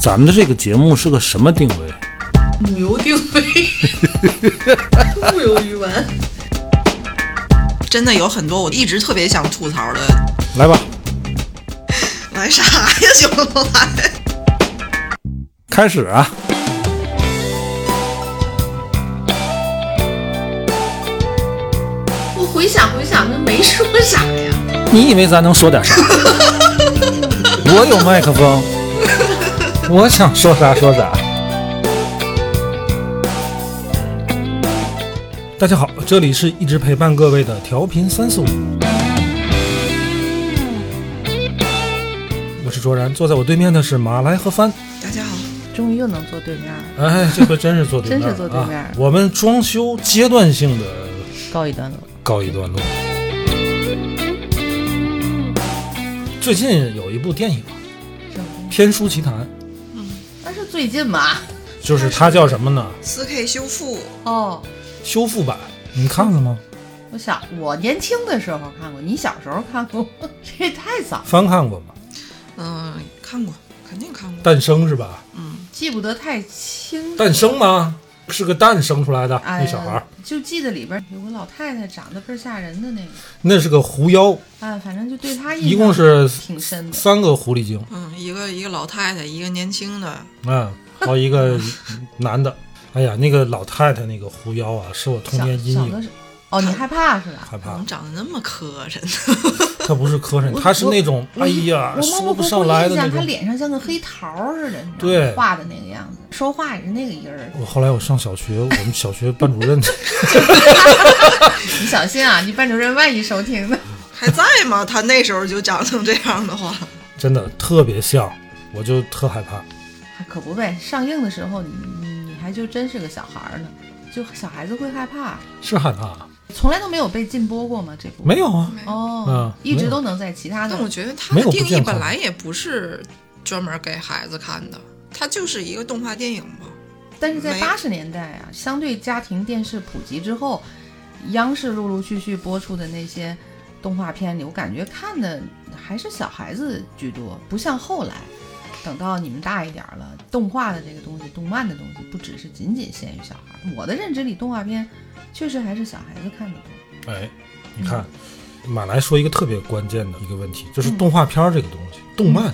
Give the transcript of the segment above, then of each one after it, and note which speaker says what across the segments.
Speaker 1: 咱们的这个节目是个什么定位？
Speaker 2: 母油定 位，木有鱼丸。真的有很多我一直特别想吐槽的，
Speaker 1: 来吧，
Speaker 2: 来啥呀，行不来？
Speaker 1: 开始啊！
Speaker 3: 我回想回想，那没说啥呀。
Speaker 1: 你以为咱能说点 啥？我有麦克风，我想说啥说啥。大家好，这里是一直陪伴各位的调频三四五，我是卓然，坐在我对面的是马来和帆。
Speaker 2: 大家好，
Speaker 3: 终于又能坐对面了，
Speaker 1: 哎，这回真是坐对面，
Speaker 3: 真是坐对面
Speaker 1: 啊！我们装修阶段性的
Speaker 3: 告一段落。
Speaker 1: 告一段落。最近有一部电影
Speaker 3: 什么
Speaker 1: 《天书奇谭》，
Speaker 3: 那是最近吧？
Speaker 1: 就是它叫什么呢？
Speaker 2: 4 K 修复，
Speaker 3: 哦，
Speaker 1: 修复版，你看了吗？
Speaker 3: 我想我年轻的时候看过，你小时候看过吗，这也太早，
Speaker 1: 翻看过吗？
Speaker 2: 嗯、看过，肯定看过。
Speaker 1: 诞生是吧？
Speaker 3: 记不得太清。
Speaker 1: 诞生吗？是个蛋生出来的
Speaker 3: 哎
Speaker 1: 那
Speaker 3: 呀，
Speaker 1: 小孩儿，
Speaker 3: 就记得里边有个老太太长得倍儿吓人的那个，
Speaker 1: 那是个狐妖，
Speaker 3: 啊，反正就对她印象
Speaker 1: 一共是
Speaker 3: 挺深的。
Speaker 1: 三个狐狸精，
Speaker 2: 嗯，一个一个老太太，一个年轻的，
Speaker 1: 嗯，还有一个男的。哎呀，那个老太太那个狐妖啊，是我童
Speaker 3: 小
Speaker 1: 年阴
Speaker 3: 小
Speaker 1: 影
Speaker 3: 的，时候，哦，你害怕是吧？
Speaker 1: 害
Speaker 2: 怎
Speaker 1: 怕
Speaker 2: 么。长得那么磕碜 呢？
Speaker 1: 她不是磕碜，
Speaker 3: 我
Speaker 1: 她是那种哎呀
Speaker 3: 我模模
Speaker 1: 说不
Speaker 3: 糊
Speaker 1: 上
Speaker 3: 糊
Speaker 1: 来的
Speaker 3: 印
Speaker 1: 那
Speaker 3: 象，她
Speaker 1: 种。
Speaker 3: 脸上像个黑桃似的，你知道吗
Speaker 1: 对
Speaker 3: 画的那个样子，说话也是那个音儿。
Speaker 1: 我后来我上小学，我们小学班主任
Speaker 3: 你小心啊，你班主任万一收听呢？
Speaker 2: 还在吗？他那时候就长成这样的话，
Speaker 1: 真的特别像，我就特害怕。
Speaker 3: 可不呗，上映的时候你你你还就真是个小孩儿呢，就小孩子会害怕，
Speaker 1: 是害怕啊，
Speaker 3: 从来都没有被禁播过吗？这部
Speaker 1: 没有啊，
Speaker 3: 哦
Speaker 1: 嗯，
Speaker 3: 一
Speaker 1: 没
Speaker 3: 直
Speaker 1: 有
Speaker 3: 都能在其他的
Speaker 2: 但我觉得它
Speaker 1: 嗯没有
Speaker 2: 的
Speaker 1: 不
Speaker 2: 定义
Speaker 1: 健康
Speaker 2: 本来也不是专门给孩子看的，它就是一个动画电影嘛。
Speaker 3: 但是在
Speaker 2: 没
Speaker 3: 八十年代啊，相对家庭电视普及之后，央视陆陆续续播出的那些动画片里，我感觉看的还是小孩子居多，不像后来。等到你们大一点儿了，动画的这个东西，动漫的东西，不只是仅仅限于小孩儿。我的认知里，动画片确实还是小孩子看的多。
Speaker 1: 哎，你看，马来说一个特别关键的一个问题，就是动画片儿这个东西，动漫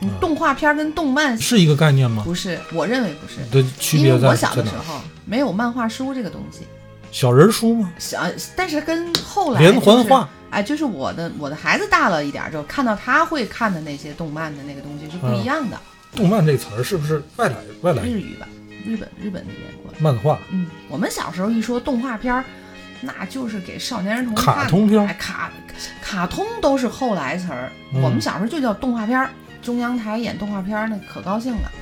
Speaker 3: 嗯动画片儿跟动漫
Speaker 1: 是一个概念吗？
Speaker 3: 不是，我认为不是，
Speaker 1: 的区
Speaker 3: 因为
Speaker 1: 别在
Speaker 3: 嗯我小
Speaker 1: 在
Speaker 3: 的
Speaker 1: 哪
Speaker 3: 时？候没有漫画书这个东西。
Speaker 1: 小人书吗？
Speaker 3: 小，但是跟后来、就
Speaker 1: 连
Speaker 3: 是、
Speaker 1: 环画，
Speaker 3: 哎，就是我的我的孩子大了一点儿之后，看到他会看的那些动漫的那个东西是不一样的。
Speaker 1: 动漫这个词儿是不是外来外来
Speaker 3: 日语吧，日本日本那边过来。
Speaker 1: 漫画？
Speaker 3: 嗯，我们小时候一说动画片儿，那就是给少年儿童看的
Speaker 1: 卡通片儿
Speaker 3: 哎，卡卡通都是后来词儿，
Speaker 1: 嗯
Speaker 3: 我们小时候就叫动画片儿。中央台演动画片儿，那可高兴 了。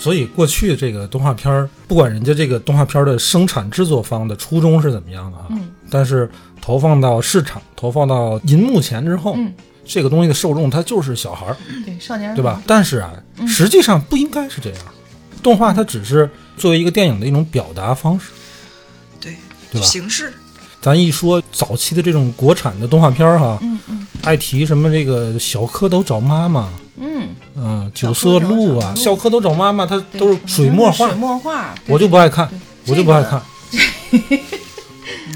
Speaker 1: 所以过去这个动画片儿，不管人家这个动画片儿的生产制作方的初衷是怎么样的啊，
Speaker 3: 嗯
Speaker 1: 但是投放到市场、投放到银幕前之后，
Speaker 3: 嗯，
Speaker 1: 这个东西的受众它就是小孩儿，
Speaker 3: 对，少年儿
Speaker 1: 对
Speaker 3: 童
Speaker 1: 吧？？但是啊，
Speaker 3: 嗯
Speaker 1: 实际上不应该是这样，动画它只是作为一个电影的一种表达方式。
Speaker 2: 对，
Speaker 1: 对吧
Speaker 2: 形式
Speaker 1: 咱一说早期的这种国产的动画片儿哈，
Speaker 3: 嗯嗯
Speaker 1: 爱提什么这个小蝌蚪找妈妈，
Speaker 3: 嗯，
Speaker 1: 嗯，九色鹿啊，小
Speaker 3: 小
Speaker 1: 蝌蚪找妈妈，它
Speaker 3: 对
Speaker 1: 都是水墨画
Speaker 3: 水，墨画，对
Speaker 1: 我就不爱看
Speaker 3: 对，
Speaker 1: 我就不爱看。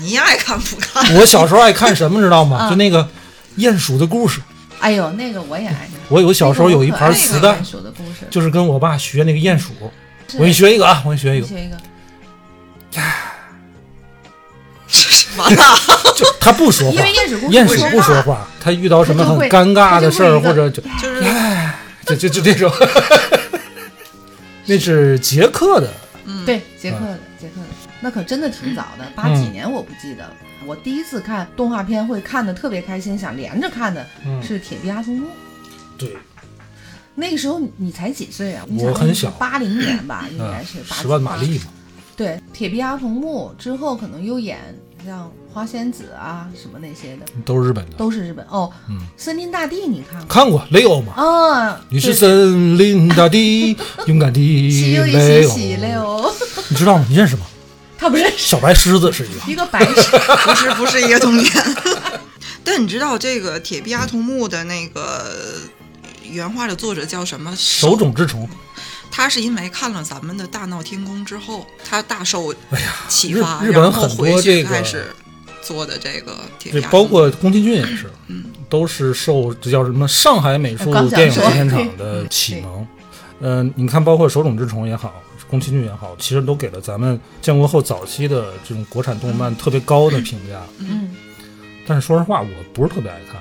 Speaker 2: 你爱看不看？
Speaker 1: 我小时候爱看什么，知道
Speaker 3: 啊
Speaker 1: 吗？就那个鼹鼠的故事。
Speaker 3: 哎呦，那个我也爱看。
Speaker 1: 我有小时候有一盘磁带
Speaker 3: 那个我可爱的鼹，鼠的故事，
Speaker 1: 就是跟我爸学那个鼹鼠。
Speaker 3: 是
Speaker 1: 我给你学一个啊，我给你学一
Speaker 3: 你
Speaker 1: 个。
Speaker 3: 学一个，
Speaker 2: 完了，
Speaker 1: 就他不说
Speaker 3: 因
Speaker 1: 话
Speaker 3: 为，鼹鼠
Speaker 1: 鼹
Speaker 3: 鼠
Speaker 1: 鼠不说，话，他遇到什么很
Speaker 3: 他就会
Speaker 1: 尴尬的事儿
Speaker 3: 他就会
Speaker 1: 或者 就
Speaker 2: 就是
Speaker 1: 就就就这种。那是捷克的，
Speaker 3: 对，捷克
Speaker 1: 嗯
Speaker 3: 的捷克的，那可真的挺早的，八几年我不记得了。我第一次看动画片会看的特别开心，想连着看的
Speaker 1: 嗯
Speaker 3: 是《铁臂阿童木》。
Speaker 1: 对，
Speaker 3: 那个时候你才几岁啊？
Speaker 1: 我很小
Speaker 3: 八零年吧，应该
Speaker 1: 嗯，
Speaker 3: 是啊
Speaker 1: 十万马力。嘛，
Speaker 3: 对，《铁臂阿童木》之后可能又演像《花仙子》啊什么那些的，
Speaker 1: 都是日本的。
Speaker 3: 都是日本哦。森林大地》你看过？
Speaker 1: 嗯看过雷欧嘛？
Speaker 3: 啊，
Speaker 1: 你是
Speaker 3: 对
Speaker 1: 森林大地，勇敢
Speaker 3: 西
Speaker 1: 的
Speaker 3: 游一
Speaker 1: 雷
Speaker 3: 西
Speaker 1: 欧。
Speaker 3: 西嘞哦，
Speaker 1: 你知道吗？你认识吗？
Speaker 3: 他不认识
Speaker 1: 小白狮子是一个。
Speaker 3: 一个白痴，
Speaker 2: 不是不是一个童年。 但你知道这个《铁臂阿童木》的那个原画的作者叫什么？
Speaker 1: 手冢治虫，
Speaker 2: 他是因为看了咱们的《大闹天宫》之后，他大受
Speaker 1: 哎呀，
Speaker 2: 启发，
Speaker 1: 日日本
Speaker 2: 然后
Speaker 1: 很多
Speaker 2: 回去
Speaker 1: 这个
Speaker 2: 开始做的这个铁
Speaker 1: 对，
Speaker 2: 皮亚
Speaker 1: 包
Speaker 2: 克
Speaker 1: 括宫崎骏也是
Speaker 2: 嗯，
Speaker 1: 都是受这叫什么上海美术
Speaker 3: 我刚想
Speaker 1: 电影制
Speaker 3: 说
Speaker 1: 片厂的启蒙。嗯、你看，包括手冢治虫也好，宫崎骏也好，其实都给了咱们建国后早期的这种国产动漫特别高的评价。
Speaker 3: 嗯
Speaker 1: 但是说实话，我不是特别爱看，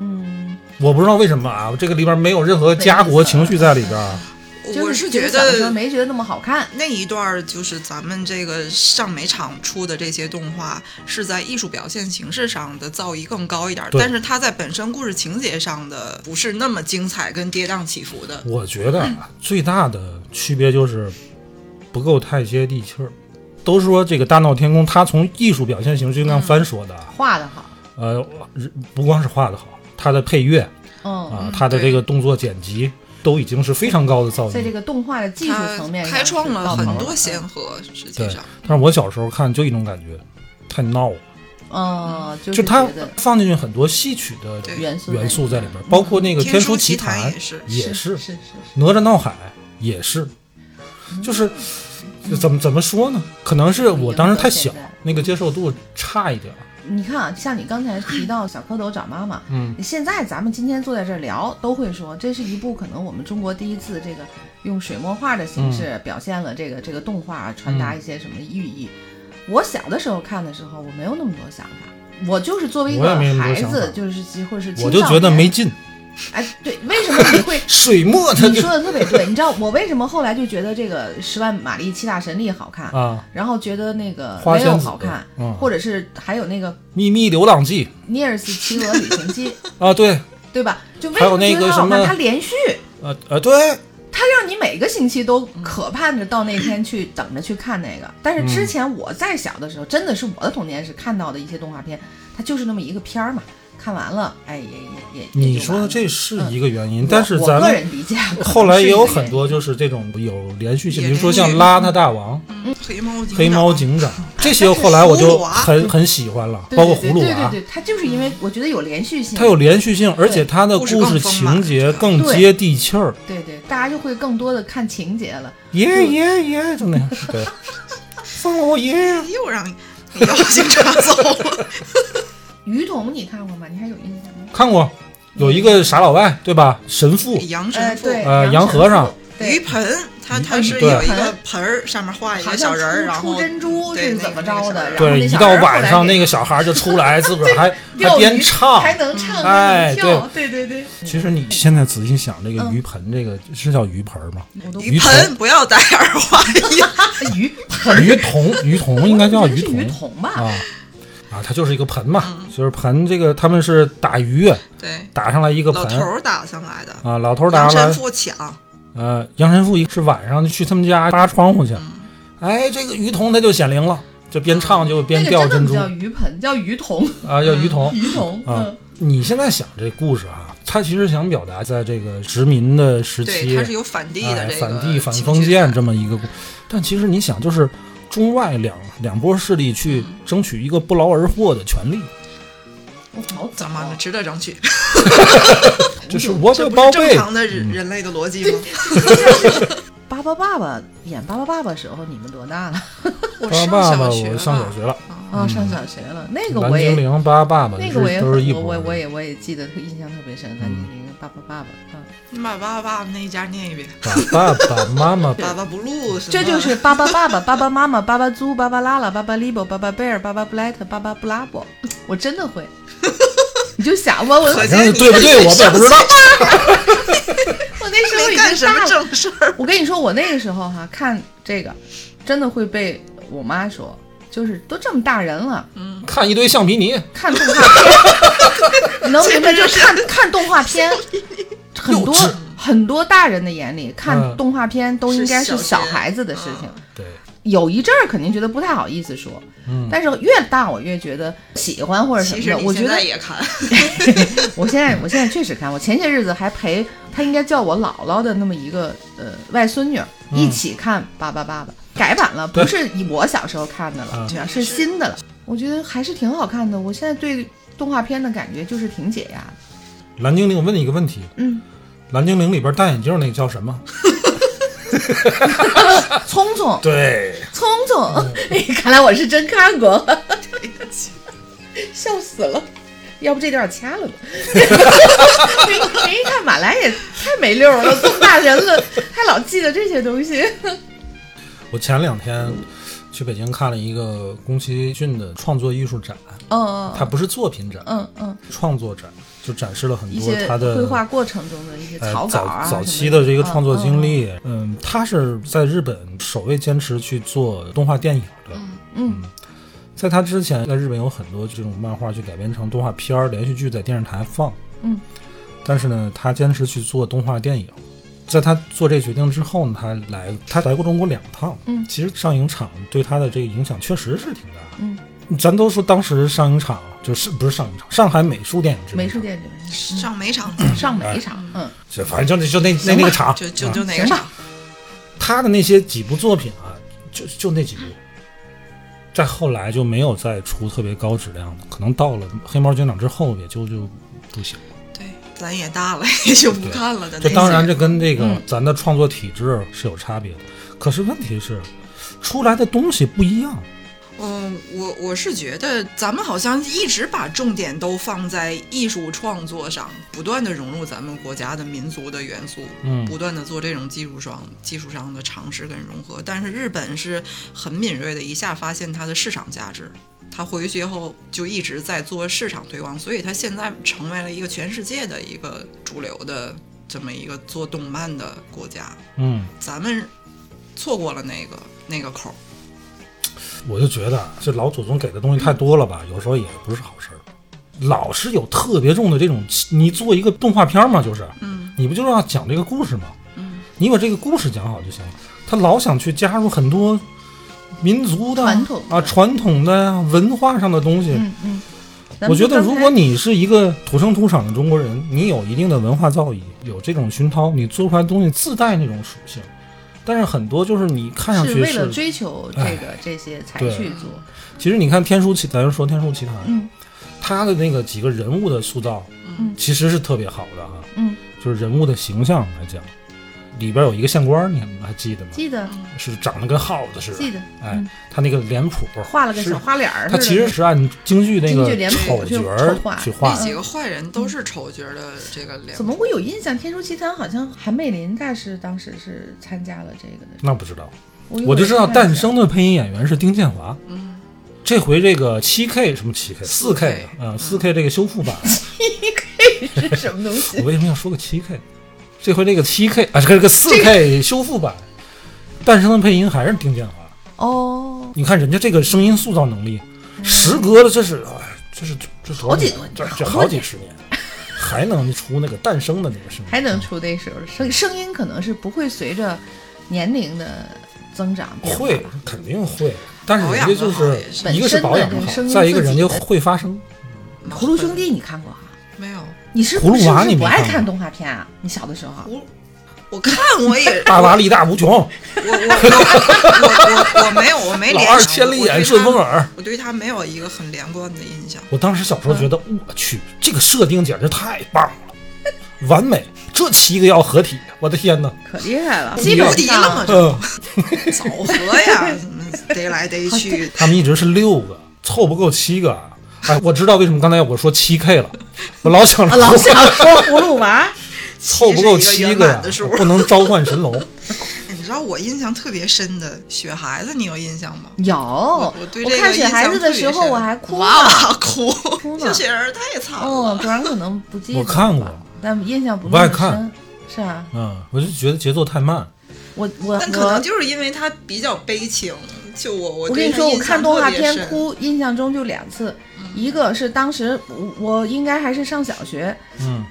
Speaker 3: 嗯，
Speaker 1: 我不知道为什么啊，这个里边没有任何家国情绪在里边。
Speaker 3: 就
Speaker 2: 我
Speaker 3: 是
Speaker 2: 觉
Speaker 3: 小的时候
Speaker 2: 得
Speaker 3: 没觉得那么好看，
Speaker 2: 那一段儿就是咱们这个上美厂出的这些动画，是在艺术表现形式上的造诣更高一点儿，
Speaker 1: 对
Speaker 2: 但是它在本身故事情节上的不是那么精彩跟跌宕起伏
Speaker 3: 嗯
Speaker 2: 的。
Speaker 1: 我觉得啊最大的区别就是不够太接地气儿。都说这个《大闹天宫》，它从艺术表现形式上翻说的啊，
Speaker 3: 画的好，
Speaker 1: 呃，不光是画的好，它的配乐
Speaker 3: 嗯，
Speaker 1: 啊
Speaker 2: 嗯，
Speaker 1: 它的这个动作剪辑都已经是非常高的造
Speaker 3: 在这
Speaker 1: 诣。
Speaker 3: 个动画的技术
Speaker 2: 它
Speaker 3: 层面上
Speaker 2: 开创
Speaker 3: 是
Speaker 2: 了
Speaker 3: 到头
Speaker 2: 很多
Speaker 3: 嗯
Speaker 2: 先河，实际
Speaker 1: 对
Speaker 2: 上，
Speaker 1: 但是我小时候看就一种感觉，太闹了，
Speaker 3: 嗯，就
Speaker 1: 就是它
Speaker 3: 觉得嗯
Speaker 1: 放进去很多戏曲的
Speaker 2: 对
Speaker 3: 元素
Speaker 1: 元素在里边，包括那个《
Speaker 2: 天
Speaker 1: 天
Speaker 2: 书
Speaker 1: 书
Speaker 2: 奇
Speaker 1: 奇
Speaker 2: 谭
Speaker 1: 谭
Speaker 2: 也》是
Speaker 1: 也
Speaker 3: 是
Speaker 1: 是，
Speaker 3: 是是
Speaker 1: 哪吒闹海》也是，
Speaker 3: 嗯
Speaker 1: 就是就怎么怎么说呢？可能是我当时太小
Speaker 3: 不一样到现在，
Speaker 1: 那个接受度差一点儿。
Speaker 3: 你看啊，像你刚才提到小蝌蚪找妈妈，
Speaker 1: 嗯，
Speaker 3: 现在咱们今天坐在这儿聊，都会说这是一部可能我们中国第一次这个用水墨画的形
Speaker 1: 嗯
Speaker 3: 式表现了这个、这个动画传达一些什么寓意。我小的时候看的时候，我没有那么多想法，我就是作为一
Speaker 1: 我
Speaker 3: 个
Speaker 1: 也没那么多
Speaker 3: 孩
Speaker 1: 想法
Speaker 3: 子，就是或者是青
Speaker 1: 我就
Speaker 3: 少
Speaker 1: 觉得
Speaker 3: 年
Speaker 1: 没劲，
Speaker 3: 哎，对，为什么你会
Speaker 1: 水墨它
Speaker 3: 你
Speaker 1: 就
Speaker 3: 说的特别对，你知道我为什么后来就觉得这个《十万马力七大神力》好看，
Speaker 1: 啊，
Speaker 3: 然后觉得那个
Speaker 1: 花
Speaker 3: 没有
Speaker 1: 仙子
Speaker 3: 好看，
Speaker 1: 嗯
Speaker 3: 或者是还有那个《
Speaker 1: 《秘密流浪记
Speaker 3: 尼尔斯骑鹅旅行 记》，》
Speaker 1: 啊，对，
Speaker 3: 对吧？就为
Speaker 1: 还
Speaker 3: 什
Speaker 1: 有
Speaker 3: 么觉
Speaker 1: 那
Speaker 3: 得
Speaker 1: 个
Speaker 3: 它好
Speaker 1: 什
Speaker 3: 看？
Speaker 1: 么
Speaker 3: 它连续，
Speaker 1: 呃呃，对，
Speaker 3: 它让你每个星期都渴盼着到那天去等着去看那个。但是
Speaker 1: 嗯
Speaker 3: 之前我在小的时候，真的是我的童年是看到的一些动画片，它就是那么一个片儿嘛，看完了，哎，也也也。也
Speaker 1: 你
Speaker 3: 就
Speaker 1: 说
Speaker 3: 完
Speaker 1: 的
Speaker 3: 了
Speaker 1: 这是
Speaker 3: 嗯
Speaker 1: 一个原因，
Speaker 3: 我
Speaker 1: 但是
Speaker 3: 我
Speaker 1: 咱
Speaker 3: 个
Speaker 1: 们
Speaker 3: 人理 解，啊
Speaker 1: 后来也有很
Speaker 3: 多。
Speaker 1: 多就是这种有连续性，
Speaker 2: 也
Speaker 1: 比如说
Speaker 2: 连续
Speaker 1: 像《邋遢大王》
Speaker 2: 嗯，黑猫警
Speaker 1: 黑猫
Speaker 2: 长
Speaker 1: 警长
Speaker 3: 嗯
Speaker 1: 这些，后来我
Speaker 2: 葫芦
Speaker 1: 就
Speaker 2: 娃
Speaker 1: 很很喜欢了，
Speaker 3: 对
Speaker 1: 包括
Speaker 3: 对
Speaker 1: 葫芦
Speaker 3: 对
Speaker 1: 娃
Speaker 3: 对，对对，它就是因为我觉得有连续性，
Speaker 1: 它有连续性，而且它的
Speaker 2: 故
Speaker 1: 故
Speaker 2: 事更
Speaker 1: 事
Speaker 2: 丰满
Speaker 1: 情节
Speaker 2: 对
Speaker 1: 更接地气儿。
Speaker 3: 对对，大家就会更多的看情节了。
Speaker 1: 爷爷爷，就那 样，对，放我爷。
Speaker 2: 又让你邀请查走 了。
Speaker 3: 于童你看过吗？你还有印象吗？
Speaker 1: 看过有一个傻老外，对吧？神父，
Speaker 2: 杨
Speaker 3: 呃，
Speaker 2: 神父、
Speaker 3: 对，
Speaker 1: 呃
Speaker 3: 杨
Speaker 1: 杨和尚
Speaker 3: 神父，
Speaker 2: 鱼
Speaker 3: 对，
Speaker 2: 盆，它它
Speaker 1: 鱼
Speaker 2: 是
Speaker 1: 盆
Speaker 2: 有一
Speaker 3: 对
Speaker 2: 个盆儿，上面画一
Speaker 3: 好
Speaker 2: 个
Speaker 3: 像
Speaker 2: 小人儿，
Speaker 3: 出
Speaker 2: 然
Speaker 3: 出
Speaker 2: 后
Speaker 3: 珍珠
Speaker 2: 对
Speaker 3: 是
Speaker 2: 那
Speaker 3: 怎
Speaker 2: 个
Speaker 3: 么
Speaker 2: 那个
Speaker 3: 着
Speaker 2: 小
Speaker 3: 的？
Speaker 2: 人儿
Speaker 3: 然后
Speaker 1: 对，
Speaker 3: 那
Speaker 1: 一
Speaker 3: 小
Speaker 1: 到
Speaker 3: 人儿后
Speaker 1: 晚
Speaker 3: 来
Speaker 1: 上
Speaker 3: 给
Speaker 1: 那个小孩就出来，自 个儿还还
Speaker 3: 钓
Speaker 1: 边
Speaker 3: 鱼
Speaker 1: 唱，
Speaker 3: 还能唱，还
Speaker 1: 哎
Speaker 3: 能跳，对对对，
Speaker 1: 其实你现在仔细想，这个
Speaker 3: 嗯
Speaker 1: 鱼盆，这个是叫鱼盆吗？
Speaker 3: 我都
Speaker 2: 鱼
Speaker 1: 鱼
Speaker 2: 盆不要戴耳环，
Speaker 3: 鱼
Speaker 1: 鱼 童，鱼童应该叫鱼
Speaker 3: 是鱼嗯
Speaker 1: 童
Speaker 3: 童吧？
Speaker 1: 啊啊，它就是一个盆嘛，就是盆。这个他们是打鱼，
Speaker 2: 对，
Speaker 1: 打上来一个
Speaker 2: 老
Speaker 1: 盆
Speaker 2: 头儿打上来的，
Speaker 1: 啊，老头儿打
Speaker 2: 杨
Speaker 1: 上
Speaker 2: 神
Speaker 1: 来，
Speaker 2: 父抢，
Speaker 1: 呃，杨神父一是晚上去他们家扒窗户
Speaker 3: 嗯
Speaker 1: 去，哎，这个鱼童他就显灵了，就边唱就边
Speaker 3: 嗯那个
Speaker 1: 掉
Speaker 3: 真
Speaker 1: 珍
Speaker 3: 的
Speaker 1: 珠
Speaker 3: 不叫鱼嗯盆，叫鱼 童，
Speaker 1: 啊，叫鱼童。
Speaker 3: 鱼童。
Speaker 1: 啊
Speaker 3: 嗯，
Speaker 1: 你现在想这故事啊，它其实想表达在这个殖民的时
Speaker 2: 对，
Speaker 1: 期
Speaker 2: 它是，有反帝的
Speaker 1: 哎，
Speaker 2: 这个
Speaker 1: 反帝反
Speaker 2: 情
Speaker 1: 封
Speaker 2: 节
Speaker 1: 建
Speaker 2: 在
Speaker 1: 这么一个故，但其实你想，就是中外两两波势力去争取一个不劳而获的权利，
Speaker 3: 我好啊
Speaker 2: 怎么了？值得争取？
Speaker 1: 这是我
Speaker 2: 这
Speaker 1: 的
Speaker 2: 不
Speaker 1: 宝
Speaker 2: 是正
Speaker 1: 贝。
Speaker 2: 常的人人类的逻辑吗？
Speaker 3: 巴巴爸爸演巴巴爸爸的时候，你们多大了？
Speaker 2: 我
Speaker 1: 巴
Speaker 2: 上
Speaker 1: 爸爸，
Speaker 2: 小学
Speaker 1: 我上小
Speaker 2: 吧
Speaker 1: 学了。
Speaker 3: 啊，上小学了。那个
Speaker 1: 蓝
Speaker 3: 我也
Speaker 1: 精灵、巴爸爸，
Speaker 3: 那个我也
Speaker 1: 都是一
Speaker 3: 我
Speaker 1: 波
Speaker 3: 我
Speaker 1: 人。
Speaker 3: 我也我也记得印象特别深，蓝精灵爸爸爸爸，嗯，
Speaker 2: 你把爸爸爸爸那一家念一 遍，
Speaker 1: 把爸爸妈妈
Speaker 2: 爸爸不录，
Speaker 3: 这就是爸爸 爸爸爸爸妈妈爸爸猪爸爸拉拉爸爸 libo 爸爸贝尔爸爸布莱特爸爸布拉伯，我真的 会，你就想吧，我
Speaker 2: 可
Speaker 1: 反
Speaker 2: 见
Speaker 1: 正
Speaker 2: 你
Speaker 1: 对不对，我也不知道。
Speaker 3: 我那时候
Speaker 2: 没
Speaker 3: 已
Speaker 2: 干
Speaker 3: 经
Speaker 2: 什
Speaker 3: 大
Speaker 2: 么
Speaker 3: 了，
Speaker 2: 正事 儿。
Speaker 3: 我跟你说，我那个时候哈、看这个，真的会被我妈说，就是都这么大人了，
Speaker 2: 嗯
Speaker 1: 看一堆橡皮泥，
Speaker 3: 看动画片， 你能明白就是看看动画片，很多
Speaker 2: 嗯
Speaker 1: 幼稚
Speaker 3: 很多大人的眼里看
Speaker 1: 嗯
Speaker 3: 动画片都应该
Speaker 2: 是
Speaker 3: 是小
Speaker 2: 小学
Speaker 3: 孩子的事情。
Speaker 1: 对，
Speaker 3: 有一阵儿肯定觉得不太好意思说，
Speaker 1: 嗯
Speaker 3: 但是越大我越觉得喜欢或者
Speaker 2: 其
Speaker 3: 什么
Speaker 2: 实
Speaker 3: 的。
Speaker 2: 你
Speaker 3: 我觉
Speaker 2: 现
Speaker 3: 得
Speaker 2: 在也看，
Speaker 3: 我现在我现在确实看，我前些日子还陪她应该叫我姥姥的那么一个呃外孙女儿
Speaker 1: 嗯
Speaker 3: 一起看《爸爸爸爸》，改版了，不
Speaker 1: 对
Speaker 3: 是以我小时候看的了，
Speaker 1: 啊
Speaker 3: 主要是新的了。我觉得还是挺好看的。我现在对动画片的感觉就是挺解压的。
Speaker 1: 蓝精灵，我问你一个问题，
Speaker 3: 嗯，
Speaker 1: 蓝精灵里边戴眼镜那个叫什么？
Speaker 3: 聪 聪，
Speaker 1: 对，
Speaker 3: 聪聪， 看来我是真看过， 笑死了。要不这段掐了吧？ 没没看马来也太没溜了，这么大人了，还老记得这些东西。 嗯
Speaker 1: 我前两天去北京看了一个宫崎骏的创作艺术展，
Speaker 3: 嗯
Speaker 1: 它不是作品展，
Speaker 3: 嗯嗯，
Speaker 1: 创作展就展示了很
Speaker 3: 一
Speaker 1: 多
Speaker 3: 些
Speaker 1: 他的
Speaker 3: 绘画过程中的一些
Speaker 1: 呃
Speaker 3: 草稿啊
Speaker 1: 早
Speaker 3: 什么
Speaker 1: 早期的这个创作经，
Speaker 3: 嗯
Speaker 1: 历，嗯，他是在日本首位坚持去做动画电影的。
Speaker 3: 嗯
Speaker 1: 在他之前，在日本有很多这种漫画去改编成动画片儿、连续剧在电视台放，
Speaker 3: 嗯
Speaker 1: 但是呢，他坚持去做动画电影。在他做这决定之后呢，他来他来过中国两趟，
Speaker 3: 嗯
Speaker 1: 其实上影厂对他的这个影响确实是挺大
Speaker 3: 嗯
Speaker 1: 的。咱都说当时上影厂就是不是上影厂，上海美术哎电影制片
Speaker 3: 嗯，美
Speaker 1: 厂
Speaker 3: 术电影
Speaker 2: 上每场
Speaker 3: 上每一场，嗯，
Speaker 1: 就反正就就那那那个厂，
Speaker 2: 就就
Speaker 1: 啊
Speaker 2: 就哪个
Speaker 3: 行吧
Speaker 2: 场，
Speaker 1: 他的那些几部作品啊，就就那几部，再后来就没有再出特别高质量的，可能到了黑猫警长之后也就就不行。
Speaker 2: 对，咱也大了，也就不看了的那
Speaker 1: 这
Speaker 2: 些。
Speaker 1: 当然这跟这个
Speaker 3: 嗯
Speaker 1: 咱的创作体制是有差别的，可是问题是，出来的东西不一样。
Speaker 2: 嗯，我我是觉得咱们好像一直把重点都放在艺术创作上，不断的融入咱们国家的民族的元素，
Speaker 1: 嗯
Speaker 2: 不断的做这种技术上技术上的尝试跟融合。但是日本是很敏锐的，一下发现它的市场价值。他回去后就一直在做市场推广，所以他现在成为了一个全世界的一个主流的这么一个做动漫的国家。
Speaker 1: 嗯，
Speaker 2: 咱们错过了那个那个口儿，
Speaker 1: 我就觉得啊这老祖宗给的东西太多了吧，有时候也不是好事儿。老是有特别重的这种，你做一个动画片儿嘛，就是，
Speaker 2: 嗯，
Speaker 1: 你不就是要讲这个故事吗？
Speaker 2: 嗯，
Speaker 1: 你把这个故事讲好就行了。他老想去加入很多民族的
Speaker 3: 传统的
Speaker 1: 啊、传统的呀、文化上的东西。
Speaker 3: 嗯嗯。咱们
Speaker 1: 我觉得，
Speaker 3: 刚才
Speaker 1: 如果你是一个土生土长的中国人，你有一定的文化造诣，有这种熏陶，你做出来的东西自带那种属性。但是很多就是你看上
Speaker 3: 是
Speaker 1: 去
Speaker 3: 为了
Speaker 1: 是，哎
Speaker 3: 追求这个这些才
Speaker 1: 对
Speaker 3: 去做，
Speaker 1: 其实你看《天书奇》，咱就说《天书奇谭》，
Speaker 3: 嗯
Speaker 1: 他的那个几个人物的塑造，
Speaker 3: 嗯
Speaker 1: 其实是特别好的哈、
Speaker 3: 嗯，
Speaker 1: 就是人物的形象来讲，里边有一个县官，你还记得吗？
Speaker 3: 记得
Speaker 1: 是长得跟耗子似的，
Speaker 3: 记得，
Speaker 1: 哎
Speaker 3: 嗯，
Speaker 1: 他那个脸谱
Speaker 3: 画了个小
Speaker 1: 是
Speaker 3: 花脸儿似
Speaker 1: 他
Speaker 3: 的，
Speaker 1: 其实是按京剧那
Speaker 3: 京
Speaker 1: 个
Speaker 3: 剧脸谱
Speaker 1: 丑
Speaker 3: 就
Speaker 1: 角
Speaker 3: 是
Speaker 1: 儿
Speaker 3: 丑化
Speaker 1: 去画
Speaker 2: 那
Speaker 1: 的。
Speaker 2: 几个坏人都是丑角的这个脸。
Speaker 3: 怎么我有印象？《天书奇谭》好像韩美林大师当时是参加了这个的，
Speaker 1: 那不知道，
Speaker 3: 我有
Speaker 1: 嗯我就知道
Speaker 3: 印象
Speaker 1: 诞生的配音演员是丁建华。
Speaker 2: 嗯，
Speaker 1: 这回这个七 K 什么七 K 四 K
Speaker 2: K
Speaker 1: 啊四 K 这个修复版，
Speaker 3: 是什么东
Speaker 1: 我
Speaker 3: 西？
Speaker 1: 为什么要说个七 K？这回这个七 K 啊，这个这个四 K 修复版，诞生的配音还是丁建华。
Speaker 3: 哦，
Speaker 1: 你看人家这个声音塑造能力，时隔了这是哎这是这是
Speaker 3: 好几
Speaker 1: 多少年这这好几十年，还能出那个诞生的那个声音，
Speaker 3: 还能出那时候的声声音，可能是不会随着年龄的增长变化
Speaker 1: 会
Speaker 3: 吧
Speaker 1: 肯定会，但是
Speaker 2: 保
Speaker 1: 人
Speaker 2: 养
Speaker 1: 家
Speaker 2: 得
Speaker 1: 就
Speaker 2: 好
Speaker 1: 是
Speaker 2: 也
Speaker 3: 是
Speaker 1: 一个是保养得
Speaker 3: 本身的这个声
Speaker 1: 好，
Speaker 3: 音
Speaker 1: 再一个
Speaker 3: 自
Speaker 1: 人
Speaker 3: 己
Speaker 1: 家
Speaker 3: 的
Speaker 1: 会发声。
Speaker 3: 葫芦兄弟你看过啊？
Speaker 2: 没有
Speaker 3: 你是
Speaker 1: 葫芦娃
Speaker 3: 是不
Speaker 1: 你没
Speaker 3: 是不爱
Speaker 1: 看过
Speaker 3: 看动画片啊？你小的时候，
Speaker 2: 我，我看我也
Speaker 1: 大娃力大无穷，
Speaker 2: 我我我我我我没有
Speaker 3: 哎
Speaker 2: 我没
Speaker 1: 老
Speaker 2: 联
Speaker 1: 二
Speaker 2: 想
Speaker 1: 千里眼顺风，耳。
Speaker 2: 我对他我对他没有一个很连贯的印象。
Speaker 1: 我当时小时候觉得，
Speaker 2: 嗯
Speaker 1: 我去，这个设定简直太棒了，完美！这七个要合体，我的天哪！
Speaker 2: 啊
Speaker 3: 可厉害了，
Speaker 1: 基
Speaker 3: 基
Speaker 1: 本
Speaker 3: 本
Speaker 2: 上
Speaker 3: 上啊
Speaker 1: 嗯，
Speaker 2: 枣核呀，什么逮来逮去，
Speaker 1: 他们一直是六个，凑不够七个啊。哎，我知道为什么刚才我说七 K 了，我老想
Speaker 2: 啊
Speaker 1: 着
Speaker 3: 老想说葫芦娃，
Speaker 1: 凑不够七
Speaker 2: 其实是一个
Speaker 1: 个
Speaker 2: 圆
Speaker 1: 呀
Speaker 2: 满的数，
Speaker 1: 不能召唤神龙。
Speaker 2: 哎你知道我印象特别深的雪孩子，你有印象吗？
Speaker 3: 有，
Speaker 2: 我
Speaker 3: 我
Speaker 2: 我对这个
Speaker 3: 看雪孩子的时候
Speaker 2: 印象特别深
Speaker 3: 我还哭呢。
Speaker 2: 哇哇哭，
Speaker 3: 哭呢
Speaker 2: 这雪人太惨了。
Speaker 3: 哦，不然可能不记得。
Speaker 1: 我看过，
Speaker 3: 但印象不
Speaker 1: 我
Speaker 3: 那
Speaker 1: 爱
Speaker 3: 么
Speaker 1: 看
Speaker 3: 深。是啊，
Speaker 1: 嗯，我就觉得节奏太慢。
Speaker 3: 我我
Speaker 2: 但可能
Speaker 3: 我
Speaker 2: 就是因为他比较悲情，就我我
Speaker 3: 我
Speaker 2: 对
Speaker 3: 跟
Speaker 2: 他
Speaker 3: 你说，我
Speaker 2: 印象
Speaker 3: 看动画
Speaker 2: 特别
Speaker 3: 片
Speaker 2: 深嗯
Speaker 3: 哭，印象中就两次，一个是当时我我应该还是上小学，
Speaker 1: 嗯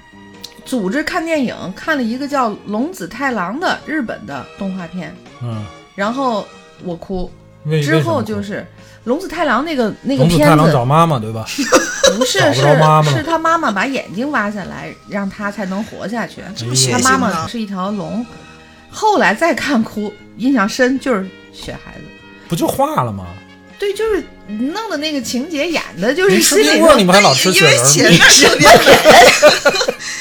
Speaker 3: 组织看电影，看了一个叫《龙子太郎》的日本的动画片，
Speaker 1: 嗯，
Speaker 3: 然后我哭，
Speaker 1: 为
Speaker 3: 之后就
Speaker 1: 为什么
Speaker 3: 是龙子太郎那个那个
Speaker 1: 龙子
Speaker 3: 片
Speaker 1: 太郎
Speaker 3: 子
Speaker 1: 找妈妈，对吧？
Speaker 3: 不是
Speaker 1: 找不
Speaker 3: 是
Speaker 1: 着妈妈了
Speaker 3: 是他妈妈把眼睛挖下来，让他才能活下去。
Speaker 2: 这么
Speaker 1: 哎呦
Speaker 2: 血
Speaker 3: 他
Speaker 2: 腥
Speaker 3: 妈妈
Speaker 2: 呢
Speaker 3: 是一条龙，后来再看哭，印象深就是雪孩子。
Speaker 1: 不就化了吗？
Speaker 3: 对，就是弄的那个情节演的，就是
Speaker 1: 您
Speaker 3: 心
Speaker 1: 吃
Speaker 3: 里
Speaker 1: 冰
Speaker 3: 头
Speaker 1: 棍儿你们还老吃
Speaker 2: 因
Speaker 1: 雪
Speaker 2: 为
Speaker 1: 人儿
Speaker 2: 前
Speaker 1: 吗，
Speaker 2: 面特别